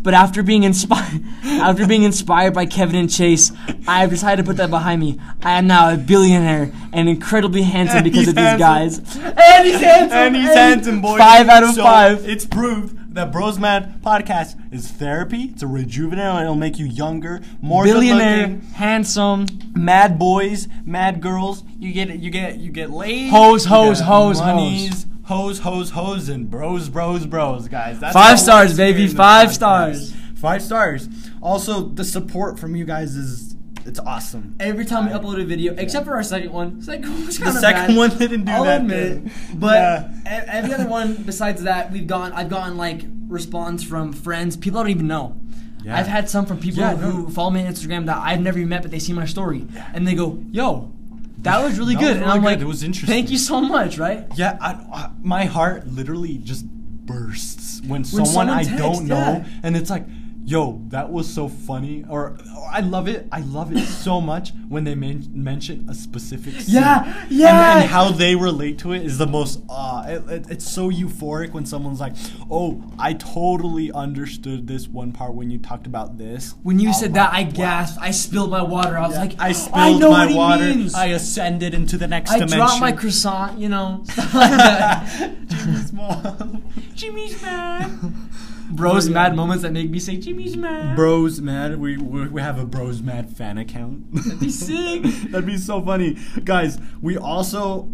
S5: but after being inspired, after being inspired by Kevin and Chase, I have decided to put that behind me. I am now a billionaire and incredibly handsome
S2: And
S5: because
S2: he's
S5: of these
S2: handsome.
S5: guys. And he's handsome.
S2: and he's handsome, boy.
S5: Five out of
S2: So,
S5: five.
S2: It's proved that Bros Mad Podcast is therapy. It's a rejuvenator. It'll make you younger, more
S5: Billionaire,
S2: good-looking.
S5: handsome,
S2: mad boys, mad girls. You get you get you get laid.
S5: Hoes,
S2: You
S5: hoes,
S2: get
S5: hoes,
S2: monies, hoes, hoes, hoes, and bros, bros, bros, guys. That's
S5: Five
S2: what
S5: stars,
S2: we're doing
S5: baby,
S2: in the
S5: five
S2: podcast.
S5: stars.
S2: Five stars. Also, the support from you guys is it's awesome.
S1: Every time we upload a video, except for our second one, second one was
S2: The
S1: kind of
S2: second
S1: bad.
S2: one didn't do
S1: I'll
S2: that.
S1: admit,
S2: good.
S1: but
S2: Yeah.
S1: e- every other one besides that, we've gone. I've gotten like response from friends, people I don't even know.
S2: Yeah.
S1: I've had some from people
S2: Yeah,
S1: who
S2: no.
S1: follow me on Instagram that I've never even met, but they see my story and they go, "Yo, that was really
S2: That
S1: good."
S2: was
S1: and
S2: really
S1: I'm
S2: good.
S1: like,
S2: It was
S1: Thank
S2: interesting."
S1: you so much." Right?
S2: Yeah, I, I, my heart literally just bursts when, someone,
S1: someone
S2: I
S1: texts,
S2: don't know,
S1: yeah.
S2: and it's like, yo, that was so funny, or "Oh, I love it, I love it so much when they men- mention a specific scene.
S1: Yeah,
S2: And-
S1: yeah.
S2: And, how they relate to it is the most, uh, it, it- it's so euphoric when someone's like, oh, I totally understood this one part when you talked about this.
S1: When you
S2: Oh
S1: said
S2: my
S1: that, I
S2: God.
S1: gasped. I spilled my water. I was like,
S2: I spilled
S1: know
S2: my
S1: what he
S2: water.
S1: means."
S2: I ascended into the next
S1: I
S2: dimension.
S1: dropped my croissant. You know, stuff like that.
S2: Jimmy's mom.
S1: Jimmy's mad. Bros, mad moments that make me say Jimmy's mad.
S2: Bros Mad. We, we we have a Bros Mad fan account. That'd
S1: be sick.
S2: That'd be so funny, guys. We also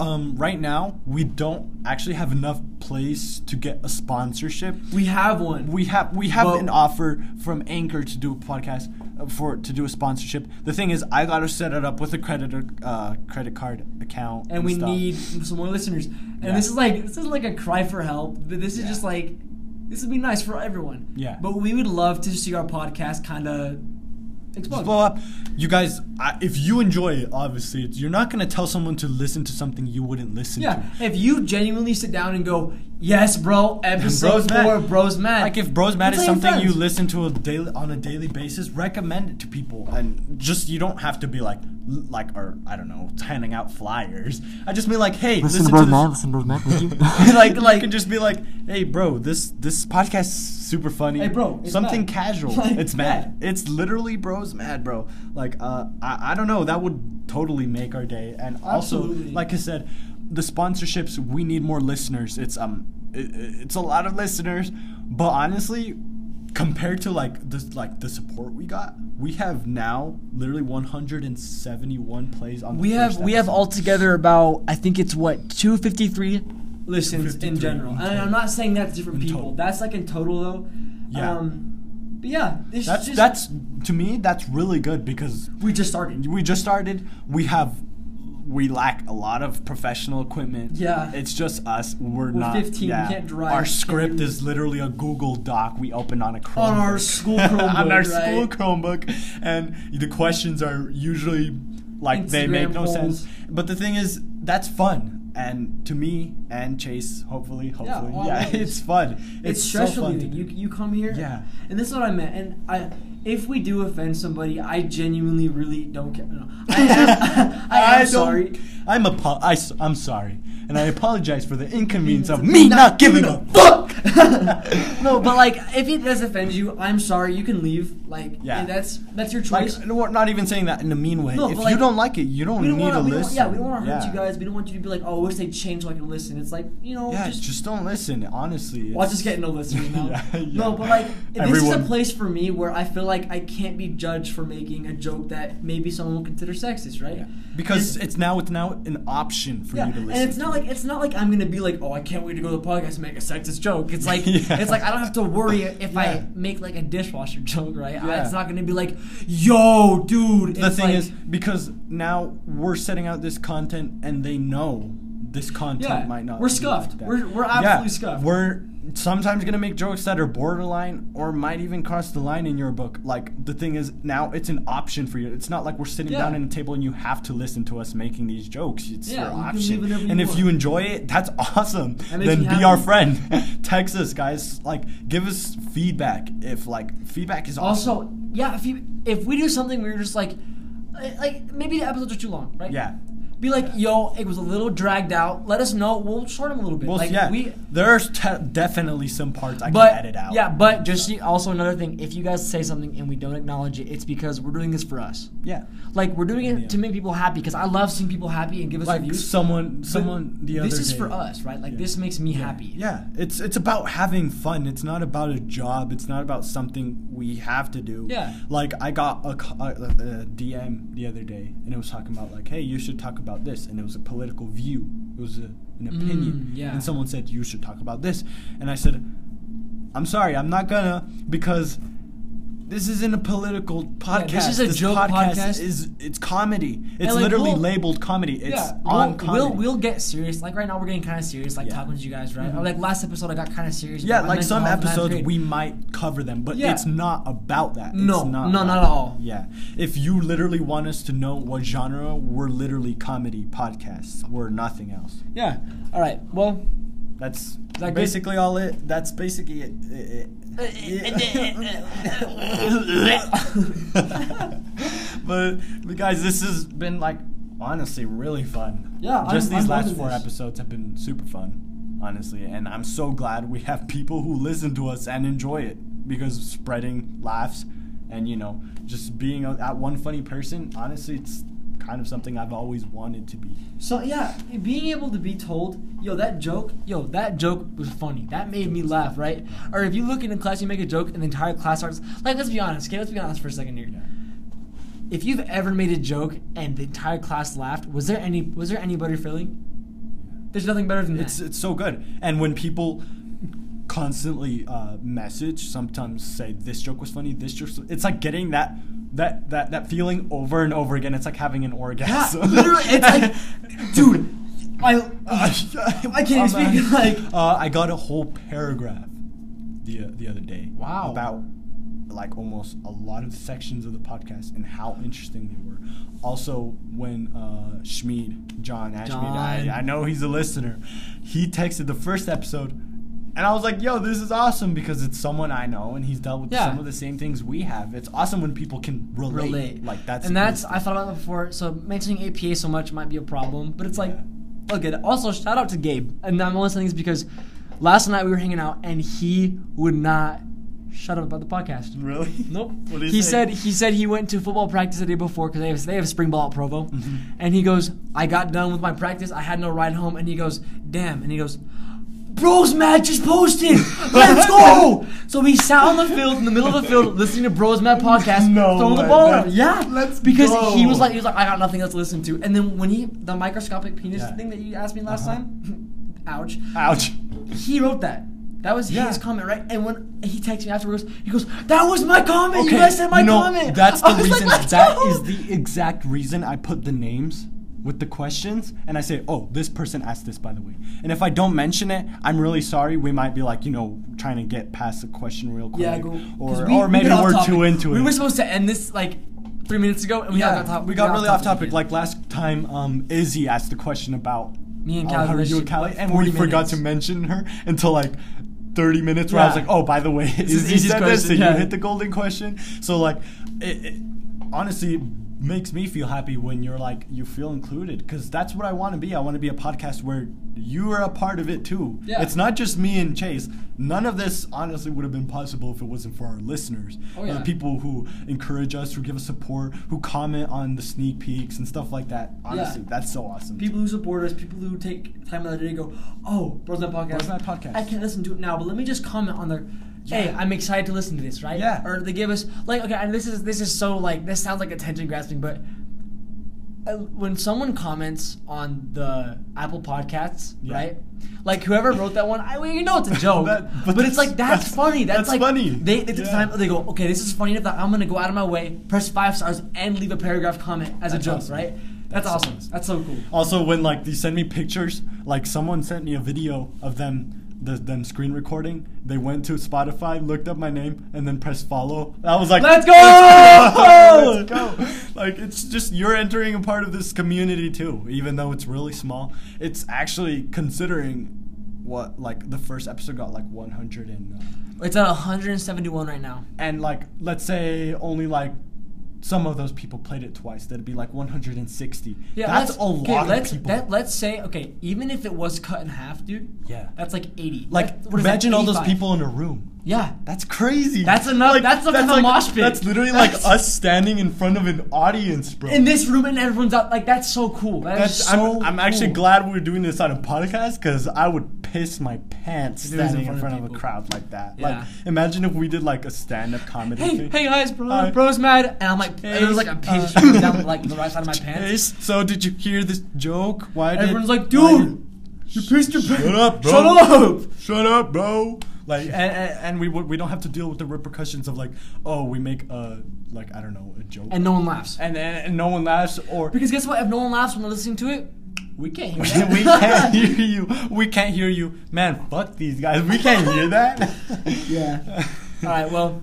S2: um, right now we don't actually have enough place to get a sponsorship.
S1: We have one.
S2: We have we have
S1: Well-
S2: an offer from Anchor to do a podcast uh, for to do a sponsorship. The thing is, I gotta set it up with a credit uh, credit card account,
S1: and we
S2: stuff.
S1: need some more listeners. And
S2: Yeah.
S1: this is like this is like a cry for help. But this is just like this would be nice for everyone.
S2: Yeah.
S1: But we would love to see our podcast kind of explode.
S2: Just blow up. You guys, I, if you enjoy it, obviously, it's- you're not gonna tell someone to listen to something you wouldn't listen to.
S1: Yeah. If you genuinely sit down and go, yes, bro,
S2: Bros
S1: episode
S2: Mad.
S1: four, bros mad.
S2: Like if Bros Mad
S1: Let's
S2: is
S1: tell your
S2: something you
S1: friends.
S2: listen to a daily on a daily basis, recommend it to people, and just you don't have to be like like or I don't know handing out flyers. I just mean like, hey, listen, to this.
S5: listen, Bros Matt.
S2: like like you can just be like, hey, bro, this this podcast is super funny.
S1: Hey, bro, it's
S2: something
S1: mad.
S2: casual.
S1: Like,
S2: it's mad. It's literally bros mad, bro. Like uh, I I don't know. That would totally make our day. And also,
S1: Absolutely.
S2: like I said, the sponsorships. We need more listeners. It's um, it, it's a lot of listeners, but honestly. Compared to like the like the support we got, we have now literally 171 plays on. The
S5: we have
S2: first
S5: we have
S2: episode.
S5: altogether about I think it's what two fifty-three.
S1: listens in
S2: 53
S1: general.
S2: in
S1: And
S2: total.
S1: I'm not saying that's different
S2: In
S1: people.
S2: total.
S1: That's like in total though.
S2: Yeah.
S1: Um, but yeah, it's
S2: That's
S1: just,
S2: that's to me that's really good because
S1: we just started.
S2: we just started. We have we lack a lot of professional equipment.
S1: Yeah.
S2: it's just us. We're,
S1: We're
S2: not
S1: 15, we
S2: yeah.
S1: can't drive,
S2: Our
S1: we
S2: script
S1: can't-
S2: is literally a Google Doc we open on a Chromebook.
S1: On our school Chromebook,
S2: on our school
S1: right?
S2: Chromebook, and the questions are usually like they
S1: Instagram
S2: make no
S1: polls.
S2: sense. But the thing is, that's fun. And to me and Chase, hopefully, hopefully,
S1: well,
S2: yeah,
S1: it is.
S2: it's fun.
S1: it's
S2: so
S1: stressful
S2: fun to
S1: even.
S2: do.
S1: You you come here.
S2: Yeah.
S1: And this is what I meant. And I if we do offend somebody, I genuinely really don't care. No, I am, I am
S2: don't-
S1: sorry.
S2: I'm apo- I, am sorry, and I apologize for the inconvenience of me not giving a fuck.
S1: No, but like, if it does offend you, I'm sorry. You can leave. Like,
S2: Yeah.
S1: yeah, that's that's your
S2: Like,
S1: choice.
S2: no, we're not even saying that in a mean way.
S1: No,
S2: if
S1: but like-
S2: you don't like it, you don't,
S1: we don't
S2: need
S1: want
S2: to
S1: to
S2: listen.
S1: Yeah, we don't want to hurt
S2: Yeah.
S1: you guys. We don't want you to be like, oh, I wish they changed so I can listen. It's like, you know,
S2: Yeah,
S1: just,
S2: just, don't listen. Honestly,
S1: Well, I just getting no listeners now.
S2: Yeah, yeah.
S1: No, but like this is a
S2: Everyone-
S1: place for me where I feel like I can't be judged for making a joke that maybe someone will consider sexist, right?
S2: Yeah. because it's now it's now an option for
S1: Yeah,
S2: you to listen.
S1: and it's not like it's not like I'm gonna be like, oh, I can't wait to go to the podcast and make a sexist joke. It's like
S2: Yeah.
S1: it's like I don't have to worry if
S2: Yeah.
S1: I make like a dishwasher joke, right? I-
S2: Yeah.
S1: it's not gonna be like, yo, dude.
S2: the
S1: it's
S2: thing
S1: like-
S2: is because now we're setting out this content and they know this content
S1: Yeah,
S2: might not
S1: we're
S2: be
S1: scuffed.
S2: like that.
S1: We're- we're
S2: Yeah,
S1: absolutely scuffed.
S2: we're sometimes gonna make jokes that are borderline or might even cross the line in your book like the thing is now it's an option for you it's not like we're sitting
S1: Yeah.
S2: down at a table and you have to listen to us making these jokes it's
S1: Yeah,
S2: your
S1: you can leave
S2: option
S1: whenever you
S2: and if
S1: want.
S2: you enjoy it that's awesome
S1: And if
S2: then
S1: you
S2: be our
S1: haven't-
S2: friend text us guys like give us feedback if like feedback is awesome
S1: also yeah. If you if we do something, we're just like, like maybe the episodes are too long, right?
S2: yeah
S1: Be like, yo, it was a little dragged out. Let us know. We'll short them a little bit.
S2: Well,
S1: like
S2: yeah,
S1: we
S2: there's te- definitely some parts I
S1: but
S2: can edit out.
S1: yeah, but just see- also another thing, if you guys say something and we don't acknowledge it, it's because we're doing this for us.
S2: yeah.
S1: Like we're doing it
S2: Yeah.
S1: to make people happy because I love seeing people happy and give us
S2: Like
S1: reviews.
S2: someone, someone the other.
S1: this is for
S2: day-
S1: us, right? Like
S2: Yeah.
S1: this makes me happy.
S2: Yeah, it's it's about having fun. It's not about a job. It's not about something we have to do.
S1: Yeah.
S2: Like I got a, co- a, a DM the other day, and it was talking about like, hey, you should talk about this, and it was a political view. It was a, an opinion.
S1: Mm, yeah.
S2: And someone said you should talk about this, and I said, I'm sorry, I'm not gonna because. This isn't a political podcast.
S1: this is a joke podcast.
S2: Is it's comedy? It's
S1: like,
S2: literally
S1: we'll-
S2: labeled comedy. It's
S1: Yeah,
S2: on
S1: we'll,
S2: comedy.
S1: we'll we'll get serious. Like right now, we're getting kind of serious. Like
S2: Yeah. Mm-hmm.
S1: talking to you guys, right? Or, like last episode, I got kind of serious.
S2: Yeah,
S1: about my
S2: like
S1: mental
S2: some
S1: health in ninth
S2: episodes
S1: grade.
S2: we might cover them, but
S1: Yeah.
S2: it's not about that. It's
S1: No, no,
S2: not about
S1: not at
S2: that.
S1: all.
S2: Yeah. If you literally want us to know what genre, we're literally comedy podcasts. We're nothing else.
S5: Yeah. All right. Well,
S2: That's
S5: that good?
S2: basically all it. That's basically it. it, it. but but guys, this has been like honestly really fun.
S1: Yeah, I'm-
S2: just these
S1: I'm
S2: last
S1: loving
S2: four
S1: this.
S2: episodes have been super fun, honestly, and I'm so glad we have people who listen to us and enjoy it because spreading laughs and you know just being a, that one funny person. Honestly, it's kind of something I've always wanted to be.
S1: So yeah, being able to be told, yo, that joke, yo, that joke was funny. That made me laugh, right? Or if you look in a class, you make a joke, and the entire class starts. Like, let's be honest, okay? Let's be honest for a second here. If you've ever made a joke and the entire class laughed, was there any was there any better feeling? There's nothing better than
S2: It's
S1: that.
S2: it's so good. And when people constantly uh, message, sometimes say this joke was funny, this joke. It's like getting that that that that feeling over and over again. It's like having an
S1: Yeah,
S2: orgasm.
S1: literally, it's like, dude, I Uh, I can't
S2: Um,
S1: speak.
S2: uh,
S1: Like,
S2: uh, I got a whole paragraph the the other day.
S1: Wow.
S2: About like almost a lot of sections of the podcast and how interesting they were. Also, when uh, Schmid, John Ashmead,
S1: John.
S2: I, I know he's a listener, he texted the first episode, and I was like, "Yo, this is awesome because it's someone I know and he's dealt with
S1: Yeah.
S2: some of the same things we have. It's awesome when people can relate.
S1: relate.
S2: Like that's
S1: and that's
S2: amazing.
S1: I thought about that before. So mentioning APA so much might be a problem, but it's like,
S2: Yeah.
S1: look at. Also, shout out to Gabe. And I'm only saying this because last night we were hanging out and he would not shut up about the podcast.
S2: really
S1: Nope.
S2: What
S1: he said he said he went to football practice the day before because they have, they have spring ball at Provo,
S2: Mm-hmm.
S1: and he goes, I got done with my practice. I had no ride home, and he goes, damn, and he goes. Bros Match is posted. Let's go! So we sat on the field in the middle of the field listening to Bros Mad podcast,
S2: No
S1: throwing
S2: way.
S1: the ball.
S2: That's-
S1: around. Yeah,
S2: let's
S1: because he
S2: go.
S1: was like he was like I got nothing else to listen to, and then when he the microscopic penis
S2: Yeah.
S1: thing that you asked me last
S2: Uh-huh.
S1: time, ouch
S2: "Ouch."
S1: he wrote that. That was
S2: Yeah.
S1: his comment, right? And when he texted me afterwards, he goes, "That was my comment.
S2: Okay,
S1: you guys said my
S2: you know,
S1: comment."
S2: That's the
S1: I was like,
S2: reason.
S1: "Let's
S2: that
S1: go."
S2: is the exact reason I put the names with the questions, and I say, "Oh, this person asked this, by the way." And if I don't mention it, I'm really sorry. We might be like, you know, trying to get past the question real quick,
S1: yeah, go. 'cause
S2: or
S1: we-
S2: or
S1: we
S2: maybe
S1: got off
S2: we're
S1: topic.
S2: too into
S1: We
S2: it.
S1: were supposed to end this like three minutes ago, and we
S2: yeah,
S1: got off top-
S2: we got
S1: off
S2: really off topic.
S1: again.
S2: Like last time, um, Izzy asked the question about
S1: Me and Callie's
S2: uh, her, you and
S1: relationship,
S2: Callie,
S1: like
S2: and we
S1: 40
S2: forgot to
S1: minutes.
S2: mention her until like 30 minutes where I was
S1: Yeah.
S2: like, oh, by the way, is
S1: is
S2: he
S1: easiest
S2: said this,
S1: question,
S2: did
S1: yeah.
S2: you hit the golden question? So like, it, it honestly it makes me feel happy when you're like you feel included because that's what I want to be. I want to be a podcast where you are a part of it too.
S1: Yeah.
S2: It's not just me and Chase. None of this honestly would have been possible if it wasn't for our listeners,
S1: Oh,
S2: Uh,
S1: yeah.
S2: people who encourage us, who give us support, who comment on the sneak peeks and stuff like that. Honestly, that's so awesome.
S1: people who support us, people who take time out of their day to go, oh, Bros Night Podcast.
S2: Bros Night Podcast."
S1: I can't listen to it now, but let me just comment on their. Hey, I'm excited to listen to this, right?
S2: Yeah.
S1: Or they give us like, okay, and this is this is so like this sounds like attention grasping, but uh, when someone comments on the Apple Podcasts,
S2: Yeah.
S1: right? Like whoever wrote that one, I well, you know it's a joke,
S2: That-
S1: but,
S2: but
S1: it's like that's,
S2: that's-
S1: funny. That's,
S2: that's
S1: like
S2: funny.
S1: They they, take
S2: Yeah.
S1: time, they go, okay, this is funny enough that I'm gonna go out of my way, press five stars, and leave a paragraph comment as
S2: That's
S1: a joke,
S2: awesome.
S1: right? That's, awesome. That's so cool.
S2: Also, when like they send me pictures, like someone sent me a video of them, the, them screen recording. They went to Spotify, looked up my name, and then pressed follow. I was like,
S1: Let's go!
S2: Let's go! Like it's just you're entering a part of this community too, even though it's really small. It's actually considering what like the first episode got like 100 and. Uh,
S1: It's at 171 right now.
S2: and like let's say only like some of those people played it twice that'd be like 160 that's
S1: let's-
S2: a lot
S1: okay,
S2: of
S1: let's,
S2: people
S1: That, let's say, okay, even if it was cut in half, dude.
S2: Yeah.
S1: That's like 80.
S2: like
S1: That's- what is that,
S2: imagine all those
S1: 85?
S2: people in a room
S1: Yeah.
S2: that's crazy
S1: That's enough- that's enough of a
S2: like,
S1: mosh pit.
S2: that's literally
S1: That's-
S2: like us standing in front of an audience bro
S1: In this room and everyone's out. Like, that's so cool. That is
S2: that's,
S1: so
S2: I'm, I'm actually
S1: cool.
S2: glad we're doing this on a podcast because I would piss my pants
S1: If it was in
S2: standing
S1: front
S2: in
S1: of
S2: front of, a
S1: people.
S2: crowd like that.
S1: Yeah.
S2: Like, imagine if we did like a stand-up comedy.
S1: Hey,
S2: thing.
S1: hey guys, bro,
S2: Hi.
S1: bro's mad, and I'm like, and there's like a page coming down like the right side of my pants.
S2: Chase, so did you hear this joke? Why did
S1: Everyone's like,
S2: why did-
S1: dude, you pissed your pants.
S2: Shut up, bro.
S1: Shut up.
S2: Shut up, bro. Like, and, and, and we would- we don't have to deal with the repercussions of like, oh, we make a like I don't know a joke,
S1: And no one laughs.
S2: and, eh, and, and no one laughs, or
S1: Because guess what? If no one laughs when they're listening to it, we can't hear that.
S2: we can't hear you. We can't hear you, man. Fuck these guys. We can't hear that.
S1: Yeah. All right. Well,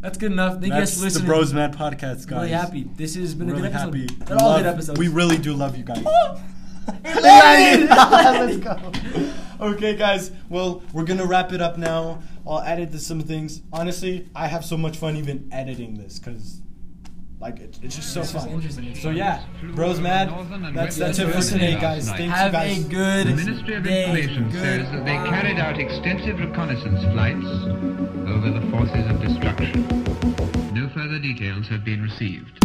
S1: that's good enough. Thank
S2: That's
S1: you guys for
S2: the
S1: listening.
S2: Bros Mad Podcast, guys.
S1: Really happy. This has been
S2: Really
S1: a good episode.
S2: happy.
S1: They're all good
S2: Love-
S1: episodes. Oh,
S2: We really do love you guys. Let's go. Okay, guys. Well, we're gonna wrap it up now. I'll edit this, some things. Honestly, I have so much fun even editing this because, like, it, it's just so fun.
S1: interesting. It's
S2: So
S1: fun.
S2: yeah, bros, mad. That's that's it for today, guys. Thanks, you
S1: Have
S2: guys.
S1: a good
S3: The Ministry of
S1: day.
S3: Information
S1: Good
S3: says that they carried out extensive reconnaissance flights over the forces of destruction. No further details have been received.